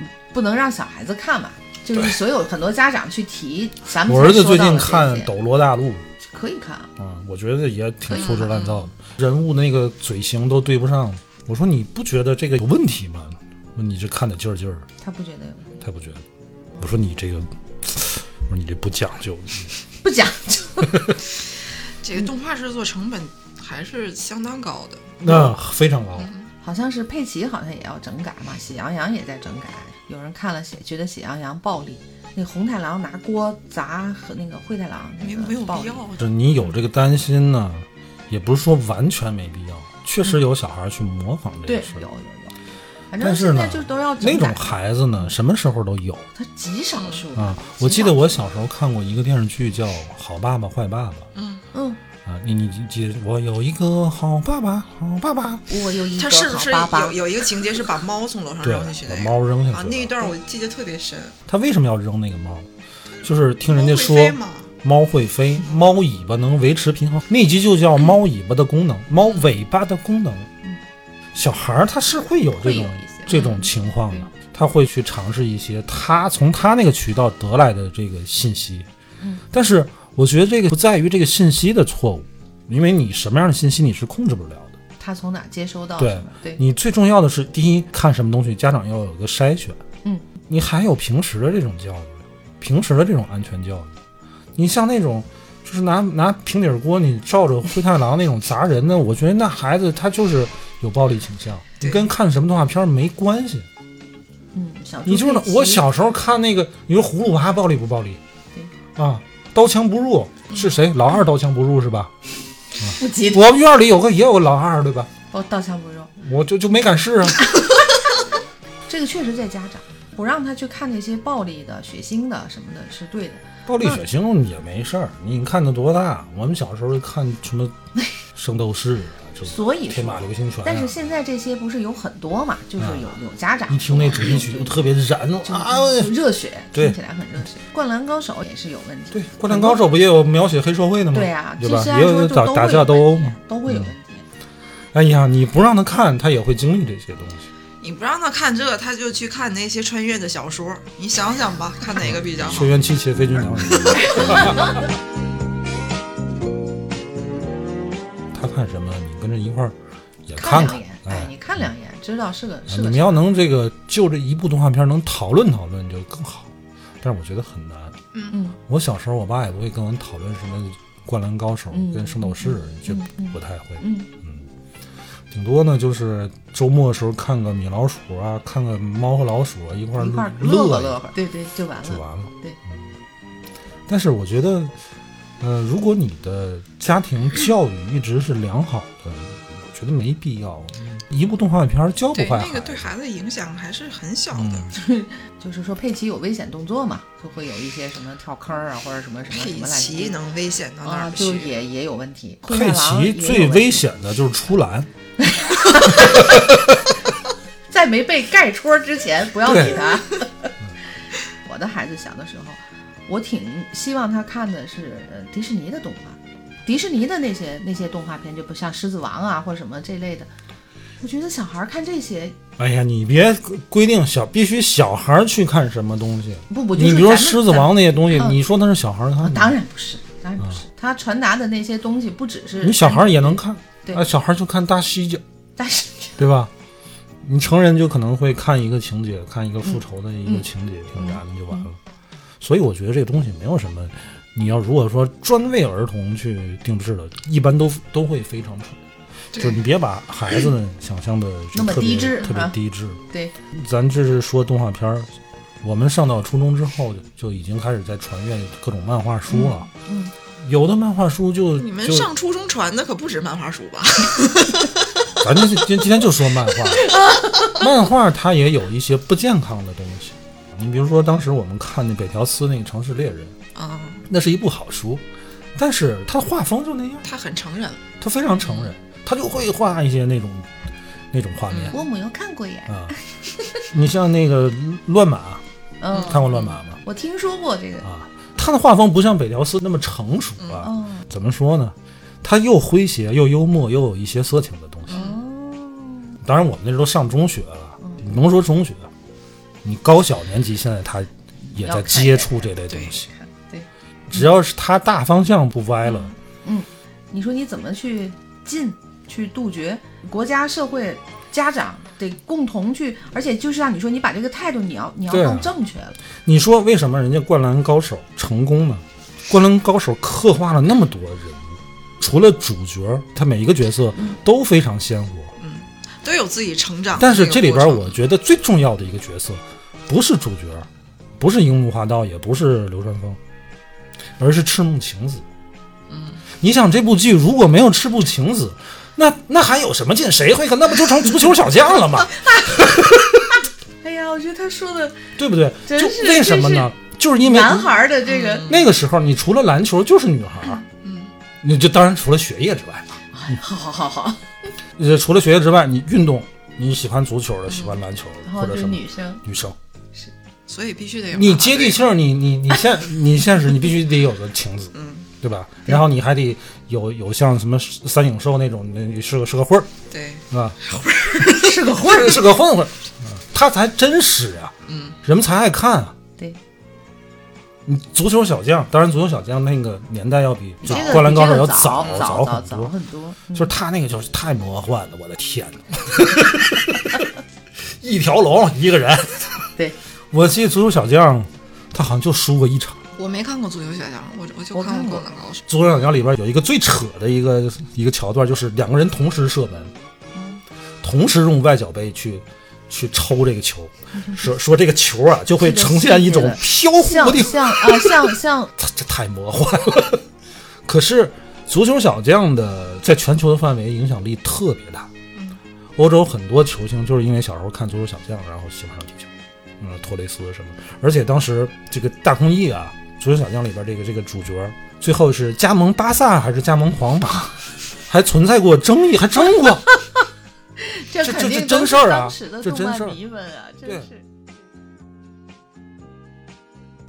Speaker 3: 嗯不能让小孩子看嘛？就是所有很多家长去提，咱们
Speaker 1: 我儿子
Speaker 3: 才说
Speaker 1: 最
Speaker 3: 到
Speaker 1: 近
Speaker 3: 了这
Speaker 1: 看
Speaker 3: 些
Speaker 1: 《斗罗大陆》
Speaker 3: 可以看啊，
Speaker 1: 啊，我觉得也挺粗制滥造的，
Speaker 3: 哎
Speaker 1: 人物那个嘴型都对不上。我说你不觉得这个有问题吗？我说你这看的劲儿劲儿，
Speaker 3: 他不觉得有问题
Speaker 1: 他不觉得。我说你这个，我说你这不讲究。
Speaker 3: 不讲究。
Speaker 2: 这
Speaker 3: 嗯
Speaker 2: 个动画制作成本还是相当高的。
Speaker 1: 那非常高，
Speaker 3: 好像是佩奇好像也要整改嘛，喜羊羊也在整改。有人看了写觉得喜羊羊暴力，那红太狼拿锅砸和那个灰太狼，
Speaker 2: 没
Speaker 3: 那
Speaker 2: 没有
Speaker 3: 嗯个暴
Speaker 2: 必
Speaker 3: 力
Speaker 2: 要。。啊。
Speaker 1: 这你有这个担心呢，也不是说完全没必要。确实有小孩儿去模仿这
Speaker 3: 对，
Speaker 1: 个
Speaker 3: 有
Speaker 1: 事儿，
Speaker 3: 有有，反正
Speaker 1: 但是
Speaker 3: 现在
Speaker 1: 呢
Speaker 3: 就都要，整
Speaker 1: 那种
Speaker 3: 改，
Speaker 1: 孩子呢，什么时候都有
Speaker 3: 它极少数
Speaker 1: 啊
Speaker 3: 吧。
Speaker 1: 我
Speaker 3: 极
Speaker 1: 记
Speaker 3: 少
Speaker 1: 得我小时候看过一个电视剧叫《好爸爸坏爸爸》
Speaker 2: 嗯，
Speaker 3: 嗯，
Speaker 1: 啊，你你你记得我有一个好爸爸，好爸爸，
Speaker 3: 我有一
Speaker 2: 他
Speaker 3: 个
Speaker 2: 是不
Speaker 3: 好
Speaker 2: 是
Speaker 3: 爸
Speaker 2: 有
Speaker 3: 爸，
Speaker 2: 有一个情节是把猫从
Speaker 3: 嗯
Speaker 2: 楼上
Speaker 1: 对，
Speaker 2: 扔下去
Speaker 1: 把
Speaker 2: 那个？
Speaker 1: 猫扔下
Speaker 2: 啊，
Speaker 1: 去
Speaker 2: 那一
Speaker 1: 了。
Speaker 2: 段我记得特别深。
Speaker 1: 他为什么要扔那个猫？就是听人家
Speaker 2: 猫会
Speaker 1: 说
Speaker 2: 飞吗？
Speaker 1: 猫会飞，猫尾巴能维持平衡，那集就叫猫尾巴的功能，猫尾巴的功能。小孩儿他是会有这
Speaker 3: 会有
Speaker 1: 种
Speaker 3: 一些嗯
Speaker 1: 这种情况的，他会去尝试一些他从他那个渠道得来的这个信息，
Speaker 3: 嗯
Speaker 1: 但是我觉得这个不在于这个信息的错误，因为你什么样的信息你是控制不了的。
Speaker 3: 他从哪接收到
Speaker 1: 对
Speaker 3: 什么？对，
Speaker 1: 你最重要的是，第一看什么东西，家长要有个筛选。
Speaker 3: 嗯，
Speaker 1: 你还有平时的这种教育，平时的这种安全教育。你像那种就是拿拿平底锅你照着灰太狼那种砸人的，我觉得那孩子他就是有暴力倾向，
Speaker 2: 对
Speaker 1: 你跟看什么动画片儿没关系。
Speaker 3: 嗯，小猪
Speaker 1: 你就是
Speaker 3: 佩奇
Speaker 1: 我小时候看那个，你说葫芦娃暴力不暴力？啊，刀枪不入是谁？老二刀枪不入是吧？
Speaker 3: 嗯
Speaker 1: 啊
Speaker 3: 不急，
Speaker 1: 我们院儿里有个也有个老二对吧？
Speaker 3: 我刀枪哦不入。
Speaker 1: 我就就没敢试啊。
Speaker 3: 这个确实在家长不让他去看那些暴力的、血腥的什么的，是对的。
Speaker 1: 暴力血腥也没事儿，你看的多大？我们小时候看什么《圣斗士》啊，就是
Speaker 3: 所以
Speaker 1: 天马
Speaker 3: 说，
Speaker 1: 流星拳、啊。
Speaker 3: 但是现在这些不是有很多嘛，就是有、有家长
Speaker 1: 嗯一听那主题曲就特别燃啊！
Speaker 3: 就热血，
Speaker 1: 对
Speaker 3: 听起来很热血。灌篮高手也是有问题，
Speaker 1: 对，《灌篮高手》不也有描写黑社会的吗？
Speaker 3: 对啊，
Speaker 1: 对
Speaker 3: 这
Speaker 1: 吧
Speaker 3: 些？按
Speaker 1: 也
Speaker 3: 说
Speaker 1: 有
Speaker 3: 就
Speaker 1: 打
Speaker 3: 都
Speaker 1: 打
Speaker 3: 会
Speaker 1: 架
Speaker 3: 有
Speaker 1: 斗
Speaker 3: 问
Speaker 1: 殴
Speaker 3: 题啊
Speaker 1: 嘛。嗯
Speaker 3: 都会有问题。
Speaker 1: 哎呀，你不让他看，他也会经历这些东西。
Speaker 2: 你不让他看这，他就去看那些穿越的小说。你想想吧，看哪个比
Speaker 3: 啊
Speaker 2: 较好
Speaker 1: 学？员妻妾非君娘。 他看什么，你跟着一块儿也看
Speaker 3: 两
Speaker 1: 看
Speaker 3: 眼，，哎，
Speaker 1: 哎。啊
Speaker 3: 你看两眼，知道是个是
Speaker 1: 你
Speaker 3: 个
Speaker 1: 们要能这个就这一部动画片能讨论讨论就更好，但是我觉得很难。
Speaker 2: 嗯
Speaker 3: 嗯，
Speaker 1: 我小时候我爸也不会跟我们讨论什么《灌篮高手》
Speaker 3: 嗯
Speaker 1: 跟《圣斗士》就不太会。
Speaker 3: 嗯
Speaker 1: 顶多呢就是周末的时候看个米老鼠啊，看个猫和老鼠啊，一块儿
Speaker 3: 一块儿
Speaker 1: 乐
Speaker 3: 呵
Speaker 1: 一
Speaker 3: 乐呵，对对，就完
Speaker 1: 就
Speaker 3: 了。
Speaker 1: 完了。
Speaker 3: 对
Speaker 1: 嗯，但是我觉得，呃，如果你的家庭教育一直是良好的，我觉得没必要。
Speaker 3: 嗯
Speaker 1: 一部动画片儿教不
Speaker 2: 对，
Speaker 1: 坏
Speaker 2: 那
Speaker 1: 孩
Speaker 2: 个
Speaker 1: 子
Speaker 2: 对。孩子影响还是很小的。
Speaker 1: 嗯，
Speaker 3: 就是说佩奇有危险动作嘛，就会有一些什么跳坑啊，或者什么什么什
Speaker 2: 佩
Speaker 3: 么乱七
Speaker 2: 奇
Speaker 3: 八糟
Speaker 2: 能危险到哪
Speaker 3: 啊
Speaker 2: 儿，
Speaker 3: 就
Speaker 2: 去？
Speaker 3: 也也有问题。灰太
Speaker 1: 佩
Speaker 3: 狼也
Speaker 1: 奇
Speaker 3: 有
Speaker 1: 最
Speaker 3: 问
Speaker 1: 危
Speaker 3: 题，
Speaker 1: 险的就是出栏，
Speaker 3: 在没被盖戳之前，不要
Speaker 1: 对
Speaker 3: 理他。 我的孩子小的时候，我挺希望他看的是呃迪士尼的动画，迪士尼的那些那些动画片就不像《狮子王》啊或者什么这类的。我觉得小孩儿看这些
Speaker 1: 哎呀，你别规定小必须小孩儿去看什么东西。
Speaker 3: 不不，就
Speaker 1: 你
Speaker 3: 是
Speaker 1: 比如说《
Speaker 3: 咱们
Speaker 1: 狮子王》啊那些东西，
Speaker 3: 嗯
Speaker 1: 你说那是小孩儿看
Speaker 3: 咱
Speaker 1: 的
Speaker 3: 们，当然不是，当然不是，他传达的那些东西不只是
Speaker 1: 你小孩儿也能看。
Speaker 3: 对
Speaker 1: 啊，小孩儿就看大西角，
Speaker 3: 但是
Speaker 1: 对吧？你成人就可能会看一个情节，看一个
Speaker 3: 嗯
Speaker 1: 复仇的一个情节，挺燃的就完了。所以我觉得这个东西没有什么，你要如果说专为儿童去定制的，一般都都会非常蠢。就
Speaker 2: 对
Speaker 1: 是你别把孩子呢想象的
Speaker 3: 那么
Speaker 1: 特别
Speaker 3: 低智
Speaker 1: 特别
Speaker 3: 啊
Speaker 1: 低智。
Speaker 3: 对
Speaker 1: 咱这是说动画片儿，我们上到初中之后就就已经开始在传阅各种漫画书了。
Speaker 3: 嗯
Speaker 1: 有的漫画书就
Speaker 2: 你们
Speaker 1: 就
Speaker 2: 上初中传的可不止漫画书吧？
Speaker 1: 咱这今今天就说 漫画，漫画它也有一些不健康的东西。你比如说，当时我们看那北条司那个《城市猎人》，
Speaker 2: 啊、
Speaker 1: 那是一部好书，但是它画风就那样，
Speaker 2: 他很成人，
Speaker 1: 它非常成人，它就会画一些那种那种画面
Speaker 2: 嗯
Speaker 3: 我母又看过耶，
Speaker 1: 啊。你像那个乱马，
Speaker 3: 嗯，
Speaker 1: 看过乱马吗？
Speaker 3: 我听说过这个，
Speaker 1: 啊，他的画风不像北条司那么成熟啊。
Speaker 3: 哦
Speaker 1: 怎么说呢？他又诙谐又幽默，又有一些色情的东西。
Speaker 3: 哦，
Speaker 1: 当然，我们那时候上中学了，你甭说中学，你高小年级现在他也在接触这类东西，
Speaker 3: 对，
Speaker 1: 只要是他大方向不歪了，
Speaker 3: 你说你怎么去禁、去杜绝？国家、社会、家长得共同去，而且就是像你说，你把这个态度你要你要
Speaker 1: 对啊
Speaker 3: 弄正确了，
Speaker 1: 你说为什么人家《灌篮高手》成功呢？《灌篮高手》刻画了那么多人物，除了主角，他每一个角色都非常鲜活。
Speaker 2: 都有自己成长的
Speaker 1: 但
Speaker 2: 那个
Speaker 1: 是
Speaker 2: 过程。
Speaker 1: 这里边我觉得最重要的一个角色，不是主角，不是樱木花道，也不是流川枫，而是赤木晴子。嗯，你想这部剧如果没有赤木晴子，那那还有什么劲？谁会看？那不就成足球小将了 吗？
Speaker 3: 哎呀，我觉得他说的
Speaker 1: 对不对？
Speaker 3: 真
Speaker 1: 就是为什么呢？就是因为
Speaker 3: 男孩儿嗯的这个，
Speaker 1: 那个时候，你除了篮球就是女孩儿，你就当然除了学业之外，
Speaker 3: 哎好好好好，
Speaker 1: 呃，除了学业之外，你运动，你喜欢足球的，喜欢篮球的
Speaker 3: 然
Speaker 1: 或
Speaker 3: 后
Speaker 1: 者
Speaker 3: 就
Speaker 1: 什
Speaker 3: 是
Speaker 1: 么
Speaker 3: 女生，
Speaker 1: 女生。
Speaker 2: 所以必须得有
Speaker 1: 你
Speaker 2: 妈妈
Speaker 1: 接地
Speaker 2: 对
Speaker 1: 气儿，你你你现你现实，你必须得有个情子，
Speaker 2: 嗯，
Speaker 1: 对吧？然后你还得有有像什么三影兽那种，那是个是个混儿，
Speaker 2: 对，
Speaker 1: 是吧？
Speaker 3: 是 个混 儿，
Speaker 1: 是个混混，嗯他才真实啊，
Speaker 2: 嗯，
Speaker 1: 人们才爱看啊。
Speaker 3: 对，
Speaker 1: 你足球小将，当然足球小将那个年代要比
Speaker 3: 这个
Speaker 1: 灌篮高手要
Speaker 3: 这个早
Speaker 1: 早
Speaker 3: 早
Speaker 1: 很多，
Speaker 3: 很多，嗯
Speaker 1: 就是他那个就是太魔幻了，我的天哪！ 一条龙一个人，
Speaker 3: 对，
Speaker 1: 我记得足球小将，他好像就输过一场。
Speaker 2: 我没看过足球小将，我我就
Speaker 3: 我看
Speaker 2: 看
Speaker 3: 过
Speaker 2: 灌篮高手。
Speaker 1: 足球小将里边有一个最扯的一个一个桥段，就是两个人同时射门，同时用外脚背去去抽这个球，说说这个球啊就会呈现一种飘忽
Speaker 3: 像
Speaker 1: 哦的，
Speaker 3: 像啊像 像
Speaker 1: 这这太魔幻了。可是足球小将的在全球的范围影响力特别大，
Speaker 2: 嗯
Speaker 1: 欧洲很多球星就是因为小时候看足球小将，然后喜欢上足球，嗯，托雷斯什么，而且当时这个大空翼啊，足球小将里边这个这个主角，最后是加盟巴萨还是加盟皇马，还存在过争议，还争过。
Speaker 3: 这
Speaker 1: 这
Speaker 3: 肯
Speaker 1: 这
Speaker 3: 定
Speaker 1: 真
Speaker 3: 都是
Speaker 1: 事儿啊
Speaker 3: 当时的
Speaker 1: 这
Speaker 3: 动
Speaker 1: 真
Speaker 3: 漫
Speaker 1: 事儿
Speaker 3: 迷们啊，真
Speaker 1: 对
Speaker 3: 是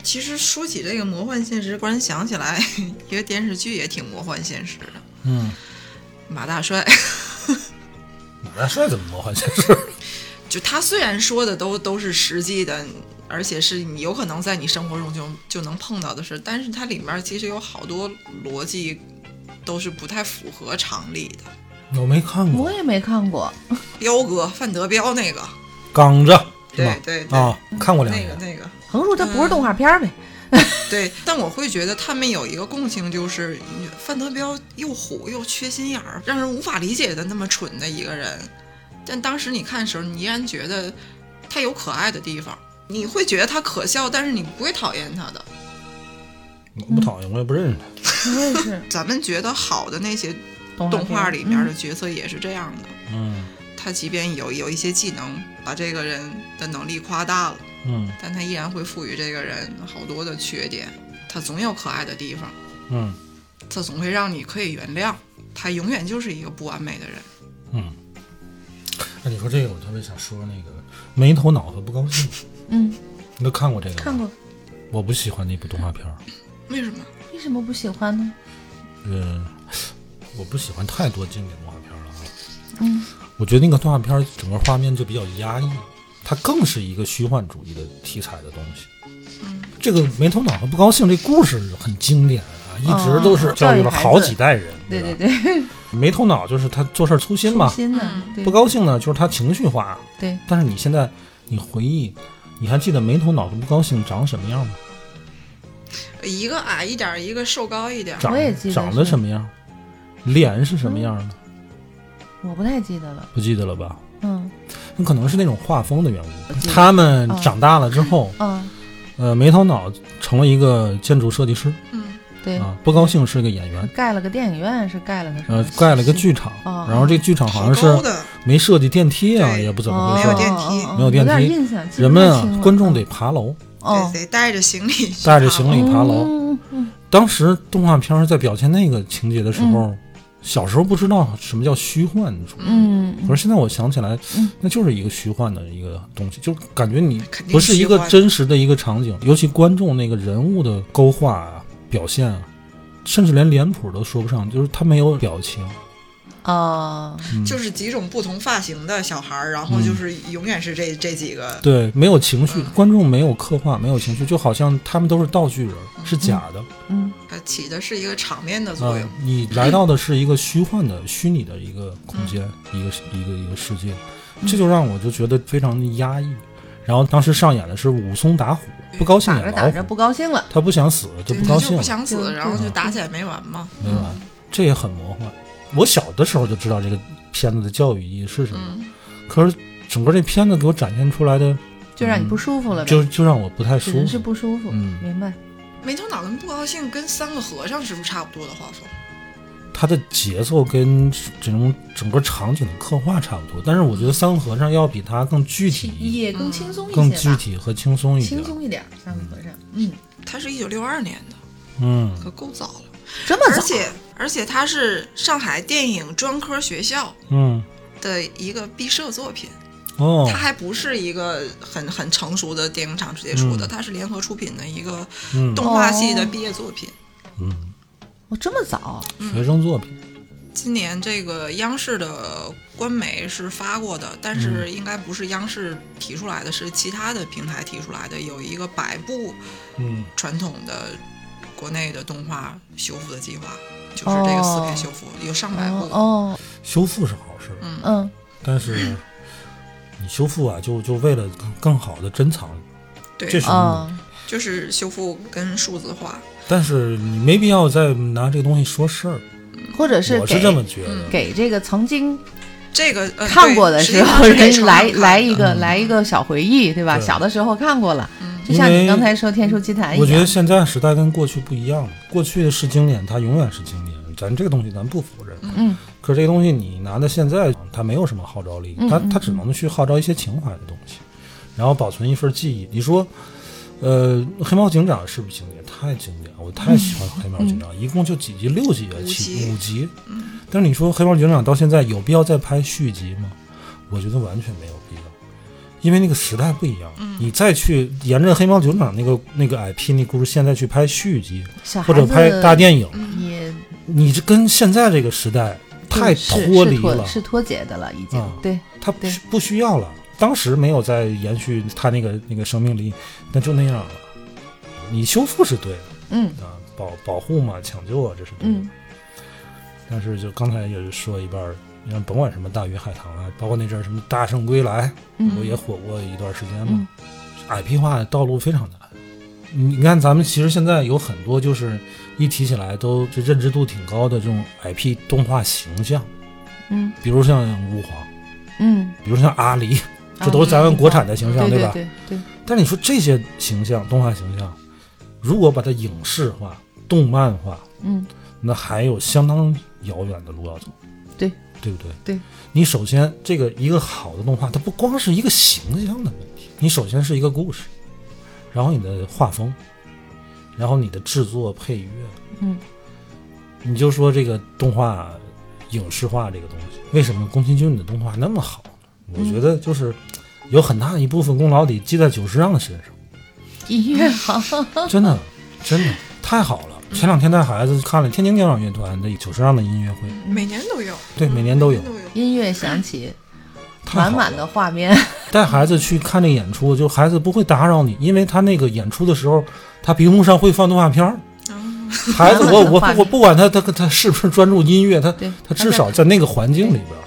Speaker 2: 其实说起这个魔幻现实，忽然想起来 一个电视剧也挺魔幻现实的，
Speaker 1: 嗯，
Speaker 2: 马大帅。
Speaker 1: 马大帅怎么魔幻 现实？
Speaker 2: 就他虽然说的都都是实际的，而且是你有可能在你生活中就就能碰到的事，但是它里面其实有好多逻辑都是不太符合常理的。
Speaker 1: 我没看
Speaker 3: 我
Speaker 1: 过，
Speaker 3: 也没看过，
Speaker 2: 彪哥，范德彪那个，
Speaker 1: 刚着是吧
Speaker 2: 对？对对，
Speaker 1: 啊，看过两
Speaker 2: 那个
Speaker 1: 眼。
Speaker 2: 那个，
Speaker 3: 横竖它不是动画片儿呗，
Speaker 1: 嗯
Speaker 2: 对。但我会觉得他们有一个共性，就是范德彪又虎又缺心眼儿，让人无法理解的那么蠢的一个人。但当时你看的时候，你依然觉得他有可爱的地方，你会觉得他可笑，但是你不会讨厌他的。
Speaker 1: 我不
Speaker 2: 嗯
Speaker 1: 讨厌，我也不认识他。
Speaker 3: 我也是
Speaker 2: 咱们觉得好的那些
Speaker 3: 动
Speaker 2: 动
Speaker 3: 画
Speaker 2: 画
Speaker 3: 片
Speaker 2: 里面的
Speaker 3: 嗯
Speaker 2: 角色也是这样的，
Speaker 1: 嗯
Speaker 2: 他即便有有一些技能把这个人的能力夸大了，
Speaker 1: 嗯
Speaker 2: 但他依然会赋予这个人好多的缺点，他总有可爱的地方，
Speaker 1: 嗯
Speaker 2: 他总会让你可以原谅，他永远就是一个不完美的人。
Speaker 1: 嗯。哎，你说这个，我特别想说那个没头脑和不高兴。
Speaker 3: 嗯
Speaker 1: 你都看过这个？
Speaker 3: 看。过，
Speaker 1: 我不喜欢那部动画片儿，
Speaker 2: 为什么？
Speaker 3: 为什么不喜欢呢？
Speaker 1: 嗯，我不喜欢太多经典动画片儿了啊。
Speaker 3: 嗯，
Speaker 1: 我觉得那个动画片儿整个画面就比较压抑，它更是一个虚幻主义的题材的东西。
Speaker 3: 嗯
Speaker 1: 这个没头脑和不高兴这故事很经典啊，一直都是
Speaker 3: 哦
Speaker 1: 教育了
Speaker 3: 教育孩
Speaker 1: 好
Speaker 3: 子
Speaker 1: 几代人。
Speaker 3: 对对
Speaker 1: 吧？
Speaker 3: 对，
Speaker 1: 没头脑就是他做事儿粗心
Speaker 3: 粗
Speaker 1: 嘛，
Speaker 3: 心的
Speaker 2: 嗯，
Speaker 3: 对
Speaker 1: 不高兴呢就是他情绪化。
Speaker 3: 对，
Speaker 1: 但是你现在你回忆，你还记得没头脑和不高兴长什么样吗？
Speaker 2: 一个矮一点儿，一个瘦高一点儿。
Speaker 1: 长
Speaker 3: 我也记得
Speaker 1: 长得
Speaker 3: 是嗯
Speaker 1: 什么样？脸是什么样的？
Speaker 3: 我不太记得了，
Speaker 1: 不记得了吧？
Speaker 3: 嗯
Speaker 1: 很可能是那种画风的缘故
Speaker 3: 记。得
Speaker 1: 他们长大了之后，
Speaker 3: 嗯，
Speaker 1: 呃，没头脑成了一个建筑设计师
Speaker 2: 嗯，
Speaker 3: 对，
Speaker 1: 啊，不高兴是个演员，
Speaker 3: 盖了个电影院是盖了个什么
Speaker 1: 呃，盖了个剧场，
Speaker 3: 哦
Speaker 1: 然后这剧场好
Speaker 2: 好
Speaker 1: 像
Speaker 2: 高
Speaker 1: 是
Speaker 2: 的，
Speaker 1: 没设计电梯啊，
Speaker 2: 对
Speaker 1: 也不怎么
Speaker 3: 哦
Speaker 1: 回
Speaker 2: 没有
Speaker 1: 事。
Speaker 2: 电梯
Speaker 3: 哦
Speaker 1: 没有电梯
Speaker 3: 有点印象，记不
Speaker 1: 人们
Speaker 3: 太清
Speaker 1: 啊，
Speaker 3: 了嗯
Speaker 1: 观众得爬楼，
Speaker 3: 哦
Speaker 2: 得得带着行李去爬楼，
Speaker 1: 带着行李爬楼。
Speaker 3: 嗯嗯
Speaker 1: 当时动画片儿在表现那个情节的时候，小时候不知道什么叫虚幻主义。
Speaker 3: 嗯嗯
Speaker 1: 可是现在我想起来
Speaker 3: 嗯，
Speaker 1: 那就是一个虚幻的一个东西，就感觉你
Speaker 2: 肯定
Speaker 1: 不是一个
Speaker 2: 喜欢
Speaker 1: 真实的一个场景，尤其观众那个人物的勾画、啊、表现啊，甚至连脸谱都说不上，就是他没有表情。
Speaker 3: 啊，
Speaker 2: 就是几种不同发型的小孩儿，然
Speaker 1: 嗯
Speaker 2: 后就是永远是这这几个。
Speaker 1: 对，没有情绪
Speaker 2: 嗯，
Speaker 1: 观众没有刻画，没有情绪，就好像他们都是道具人，是假的。
Speaker 3: 嗯
Speaker 2: 它起的是一个场面的
Speaker 1: 啊、
Speaker 2: 作用。
Speaker 1: 你来到的是一个虚幻的、虚拟的一个空间，
Speaker 3: 嗯
Speaker 1: 一个一个一个世界，这就让我就觉得非常的压抑。然后当时上演的是武松打虎，不高兴
Speaker 3: 打
Speaker 1: 演
Speaker 3: 着
Speaker 1: 老
Speaker 3: 打着
Speaker 1: 虎，
Speaker 3: 不高兴了，
Speaker 1: 他不想死就
Speaker 2: 对，
Speaker 1: 不
Speaker 2: 他
Speaker 1: 高
Speaker 2: 就
Speaker 1: 兴
Speaker 2: 不
Speaker 1: 了，
Speaker 2: 想
Speaker 3: 就
Speaker 2: 死，然后
Speaker 3: 对
Speaker 2: 就打起来没完嘛。
Speaker 1: 明白？这也很魔幻。我小的时候就知道这个片子的教育意义是什么，
Speaker 2: 嗯，
Speaker 1: 可是整个这片子给我展现出来的，
Speaker 3: 就让你不舒服了呗，
Speaker 1: 就就让我不太舒
Speaker 3: 只嗯能是
Speaker 1: 服。
Speaker 3: 不舒服，
Speaker 1: 嗯
Speaker 3: 明白？
Speaker 2: 没头脑跟不高兴跟三个和尚是不是差不多的画风？
Speaker 1: 它的节奏跟这种整个场景的刻画差不多，但是我觉得《三个和尚》要比它更具体一
Speaker 3: 也更嗯轻松一些吧，
Speaker 1: 更具体和轻松一点
Speaker 3: 轻。松一点儿，三个和尚，嗯，
Speaker 2: 它是一九六二年的，
Speaker 1: 嗯，
Speaker 2: 可够早了。
Speaker 3: 这么
Speaker 2: 而
Speaker 3: 早，
Speaker 2: 且而且它是上海电影专科学校
Speaker 1: 嗯，
Speaker 2: 的一个毕设作品，
Speaker 1: 哦
Speaker 2: 它，还不是一个很很成熟的电影厂直接出的，它是联合出品的一个
Speaker 1: 嗯
Speaker 2: 动画系的毕业作品。
Speaker 1: 嗯，
Speaker 3: 哦我这么早，啊
Speaker 1: 学生作品，
Speaker 2: 今年这个央视的官媒是发过的，但是应该不是央视提出来的，是其他的平台提出来的。有一个百部
Speaker 1: 嗯
Speaker 2: 传统的国内的动画修复的计划，就是这个四
Speaker 3: 哦
Speaker 2: K 修复，有上百部。
Speaker 3: 哦哦，
Speaker 1: 修复是好事，
Speaker 2: 嗯，
Speaker 3: 嗯，
Speaker 1: 但是你修复啊，就就为了更更好的珍藏，
Speaker 2: 对，
Speaker 1: 这是
Speaker 3: 哦，
Speaker 2: 就是修复跟数字化。
Speaker 1: 但是你没必要再拿这个东西说事儿，
Speaker 3: 或者是
Speaker 1: 我
Speaker 3: 给嗯
Speaker 1: 是这么觉得。
Speaker 3: 给这个曾经
Speaker 2: 这个、呃、
Speaker 3: 看过的
Speaker 2: 嗯对
Speaker 3: 时候，
Speaker 2: 实际上是给
Speaker 3: 人
Speaker 2: 成人
Speaker 3: 来
Speaker 2: 看
Speaker 3: 来
Speaker 2: 的
Speaker 3: 一个
Speaker 1: 嗯
Speaker 3: 来一个小回忆，对吧？
Speaker 1: 对
Speaker 3: 小的时候看过了，
Speaker 2: 嗯
Speaker 3: 就
Speaker 1: 因
Speaker 3: 像你
Speaker 1: 为
Speaker 3: 刚才说《天书奇谭》
Speaker 1: 我
Speaker 3: 一
Speaker 1: 觉得
Speaker 3: 样，
Speaker 1: 现在时代跟过去不一样了，过去是经典，它永远是经典，咱这个东西咱不否认。
Speaker 3: 嗯，
Speaker 1: 可是这个东西你拿到现在，它没有什么号召力，它它只能去号召一些情怀的东西，然后保存一份记忆。你说，呃，黑猫警长是不是经典？太经典了，我太喜欢黑猫警
Speaker 3: 嗯
Speaker 1: 长，一共就几集，六集啊，
Speaker 2: 五
Speaker 1: 七
Speaker 2: 集
Speaker 1: 五集。但是你说黑猫警长到现在有必要再拍续集吗？我觉得完全没有必要。因为那个时代不一样，
Speaker 3: 嗯
Speaker 1: 你再去沿着《黑猫警长》那个那个 IP 那故事线再去拍续集
Speaker 3: 小孩嗯
Speaker 1: 或者拍大电影，
Speaker 3: 子也
Speaker 1: 你这跟现在这个时代太
Speaker 3: 是
Speaker 1: 脱
Speaker 3: 是
Speaker 1: 离
Speaker 3: 脱
Speaker 1: 了，
Speaker 3: 是脱节的了，已经
Speaker 1: 啊
Speaker 3: 对。
Speaker 1: 它不
Speaker 3: 对
Speaker 1: 需不需要了。当时没有再延续它那个那个生命力，那就那样了。你修复是对的
Speaker 3: 嗯
Speaker 1: 啊，保保护嘛，抢救啊，这是对的。
Speaker 3: 嗯
Speaker 1: 但是就刚才也是说一半儿，你看甭管什么大鱼海棠啊，包括那阵儿什么《大圣归来》，
Speaker 3: 嗯
Speaker 1: 我也火过一段时间嘛。
Speaker 3: 嗯
Speaker 1: ，IP 化的道路非常难。你你看，咱们其实现在有很多就是一提起来都这认知度挺高的这种 IP 动画形象，
Speaker 3: 嗯
Speaker 1: 比如像吾皇，
Speaker 3: 嗯，
Speaker 1: 比如像阿离，这都是咱们国产的形象，
Speaker 3: 啊对
Speaker 1: 吧？
Speaker 3: 对对，
Speaker 1: 但是你说这些形象，动画形象，如果把它影视化、动漫化，
Speaker 3: 嗯
Speaker 1: 那还有相当遥远的路要走，
Speaker 3: 对
Speaker 1: 对不对？
Speaker 3: 对，
Speaker 1: 你首先这个一个好的动画，它不光是一个形象的问题，你首先是一个故事，然后你的画风，然后你的制作配乐，
Speaker 3: 嗯，
Speaker 1: 你就说这个动画影视化这个东西，为什么宫崎骏的动画那么好呢？我觉得就是有很大一部分功劳得记在久石让的身上。
Speaker 3: 音乐好，
Speaker 1: 真的，真的太好了！前两天带孩子看了天津交响乐团的久石让的音乐会，
Speaker 2: 每年都有，
Speaker 1: 对，每年都有，
Speaker 2: 都有。
Speaker 3: 音乐响起，
Speaker 1: 太好
Speaker 3: 满满
Speaker 1: 了
Speaker 3: 的画面，
Speaker 1: 带孩子去看那演出，就孩子不会打扰你，因为他那个演出的时候，他屏幕上会放动画片 儿。
Speaker 2: 嗯
Speaker 1: 孩子，我我
Speaker 3: 画面
Speaker 1: 我不管他他他是不是专注音乐，他
Speaker 3: 对，
Speaker 1: 他至少在那个环境里边儿，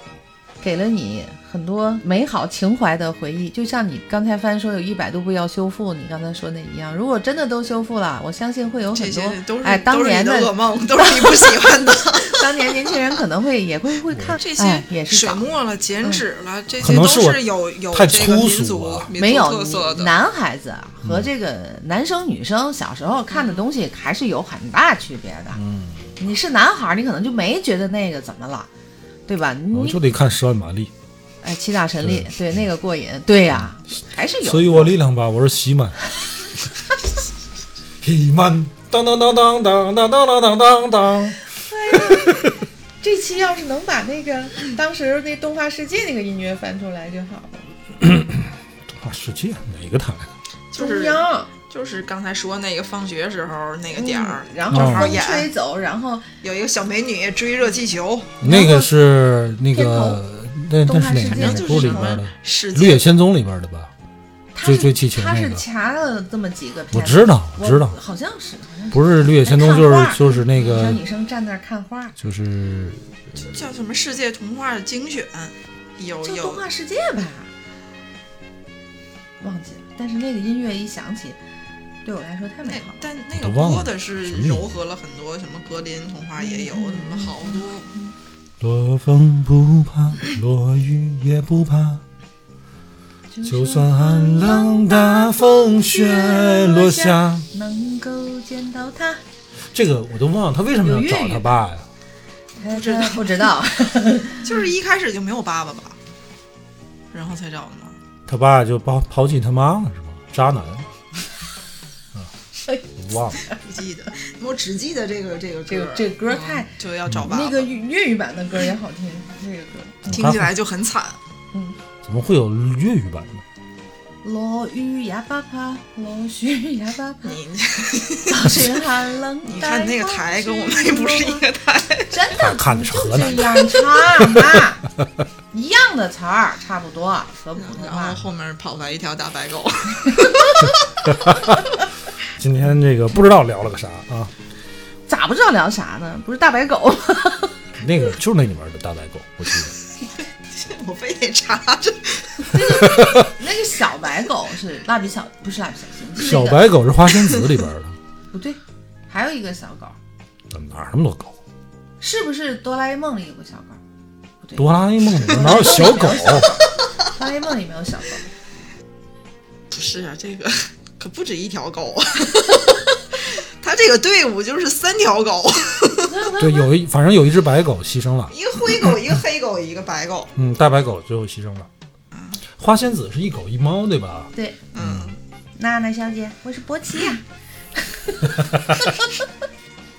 Speaker 3: 给了你很多美好情怀的回忆，就像你刚才帆说有一百度不要修复，你刚才说那一样，如果真的都修复了，我相信会有
Speaker 2: 这
Speaker 3: 很多
Speaker 2: 些都是、
Speaker 3: 哎，当
Speaker 2: 都是
Speaker 3: 年
Speaker 2: 你的噩
Speaker 3: 的
Speaker 2: 梦，都是你不喜欢的。
Speaker 3: 当年年轻人可能会也会会看
Speaker 2: 这
Speaker 3: 哎
Speaker 2: 些
Speaker 3: 也是
Speaker 2: 水
Speaker 3: 找
Speaker 2: 墨了、剪纸了，这
Speaker 1: 可
Speaker 2: 些
Speaker 1: 能
Speaker 2: 都
Speaker 1: 是我
Speaker 2: 有有
Speaker 1: 太
Speaker 2: 这个
Speaker 1: 粗
Speaker 2: 民
Speaker 1: 俗
Speaker 2: 族
Speaker 1: 了
Speaker 2: 民
Speaker 3: 没
Speaker 2: 族
Speaker 3: 有
Speaker 2: 特色的。嗯
Speaker 3: 男孩子和这个男生女生小时候看的东西还是有很大区别的。
Speaker 1: 嗯，
Speaker 3: 你是男孩儿，你可能就没觉得那个怎么了，对吧？
Speaker 1: 我
Speaker 3: 你
Speaker 1: 就得看《十万马力
Speaker 3: 哎，七大神力，对那个过瘾，对呀、还是》，有。
Speaker 1: 嗯所以我力量吧，我是喜 满，喜满，当当当当当当当当当当当。
Speaker 3: 这期要是能把那个嗯当时那动画世界那个音乐翻出来就好了。
Speaker 1: 啊，世界哪个台？
Speaker 2: 就
Speaker 3: 中
Speaker 2: 是
Speaker 3: 央
Speaker 2: 就是刚才说那个放学时候那个点儿
Speaker 3: 嗯，然后
Speaker 1: 正好
Speaker 3: 风
Speaker 2: 演
Speaker 3: 吹走，然后
Speaker 2: 有一个小美女追热气球，
Speaker 1: 那个是那
Speaker 3: 片头
Speaker 1: 个那哎那
Speaker 3: 动画
Speaker 1: 是哪
Speaker 3: 世界
Speaker 1: 哪
Speaker 2: 就是
Speaker 1: 部里
Speaker 2: 什
Speaker 1: 边
Speaker 2: 么
Speaker 1: 的？
Speaker 2: 世
Speaker 1: 《绿
Speaker 2: 界
Speaker 1: 野仙踪》里边的吧？
Speaker 3: 他
Speaker 1: 追
Speaker 3: 是
Speaker 1: 追气球
Speaker 3: 他
Speaker 1: 那
Speaker 3: 是
Speaker 1: 个
Speaker 3: 掐了这么几个片
Speaker 1: 我
Speaker 3: 段，
Speaker 1: 知道，我知道，
Speaker 3: 好像是，好像是
Speaker 1: 不是《绿野仙踪》，就
Speaker 3: 哎看画
Speaker 1: 是就是那
Speaker 3: 小
Speaker 1: 个
Speaker 3: 女生站那儿看花，
Speaker 1: 就是
Speaker 2: 叫什么世界童话的精选，有
Speaker 3: 叫动
Speaker 2: 有
Speaker 3: 画世界吧，忘记了。但是那个音乐一响起，对我来说太
Speaker 2: 那
Speaker 3: 美好了。
Speaker 2: 但那
Speaker 1: 都
Speaker 2: 个
Speaker 1: 忘了
Speaker 2: 播的是
Speaker 1: 什么
Speaker 2: 糅合了很多什么格林童话也有，什么好多
Speaker 1: 落风不怕，落雨也不怕，
Speaker 3: 嗯
Speaker 1: 就算寒冷大风雪落下。
Speaker 3: 能够见到他，
Speaker 1: 这个我都忘了，他为什么要找他爸呀？
Speaker 3: 不知哎道不知 道，
Speaker 2: 就是一开始就没有爸爸吧，然后才找的嘛。
Speaker 1: 他爸就抛抛弃他妈了是吗？渣男。啊，我忘了，
Speaker 2: 不记得， 我只记得这个这个歌，
Speaker 3: 这个这个歌太
Speaker 2: 嗯就要找爸爸，
Speaker 3: 那个粤粤语版的歌也好听，这个歌
Speaker 2: 听起来就很惨。
Speaker 1: 怎么会有粤语版的？
Speaker 3: 落雨呀巴巴，落雪呀巴巴，
Speaker 2: 你
Speaker 3: 早晨寒冷。
Speaker 2: 你看那个台跟我们
Speaker 3: 也
Speaker 2: 也不是一个台，
Speaker 3: 真的
Speaker 1: 看看的是河南
Speaker 3: 这样唱的，一样的词儿，差不多 和普通
Speaker 2: 嗯然
Speaker 3: 话
Speaker 2: 后。后面跑来一条大白狗。
Speaker 1: 今天这个不知道聊了个啥啊？
Speaker 3: 咋不知道聊啥呢？不是大白狗吗？
Speaker 1: 那个就是那里面的大白狗，我记得。
Speaker 2: 我非得查这，
Speaker 3: 那个小白狗是蜡笔小，不是蜡笔小新，是
Speaker 1: 小
Speaker 3: 那个
Speaker 1: 白狗是花仙子里边的，
Speaker 3: 不对，还有一个小狗，
Speaker 1: 怎么哪儿那么多狗？
Speaker 3: 是不是哆啦 A 梦里有个小狗？不对，
Speaker 1: 哆啦 A 梦里边哪有小狗？
Speaker 3: 哆啦 A 梦里没有小狗，
Speaker 2: 不是啊，这个 可不止一条狗啊。 他这个队伍就是三条狗，
Speaker 1: 对，有一反正有一只白狗牺牲了，
Speaker 2: 一个灰狗，一个黑狗，一个白狗。
Speaker 1: 嗯，大白狗最后牺牲了。花仙子是一狗一猫，对吧？
Speaker 3: 对。
Speaker 2: 嗯，
Speaker 3: 娜娜小姐，我是博奇呀、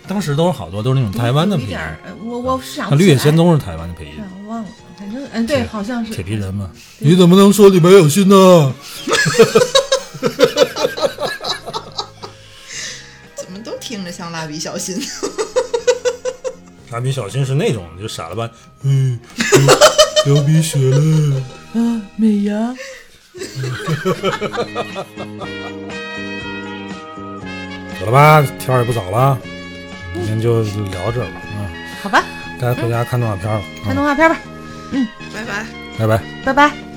Speaker 1: 当时都是好多都是那种台湾的
Speaker 3: 有一
Speaker 1: 配
Speaker 3: 点儿
Speaker 1: 音，，
Speaker 3: 呃我我是想
Speaker 1: 那《绿野仙踪》是台湾的配音
Speaker 3: 哎，，我忘了，反正嗯，对，
Speaker 1: 铁
Speaker 3: 好像是
Speaker 1: 铁皮人嘛。你怎么能说你没有心呢？
Speaker 2: 怎么都听着像蜡笔小新？
Speaker 1: 蜡笔小新是那种就傻了吧，嗯，流流鼻血了。
Speaker 3: 啊，美 牙。
Speaker 1: 得了吧，天儿也不早了，今天就聊这儿吧。啊、
Speaker 3: 好吧，
Speaker 1: 该回家看动画片了。嗯
Speaker 3: 看动画片吧，
Speaker 2: 拜拜。
Speaker 1: 拜拜。
Speaker 3: 拜拜。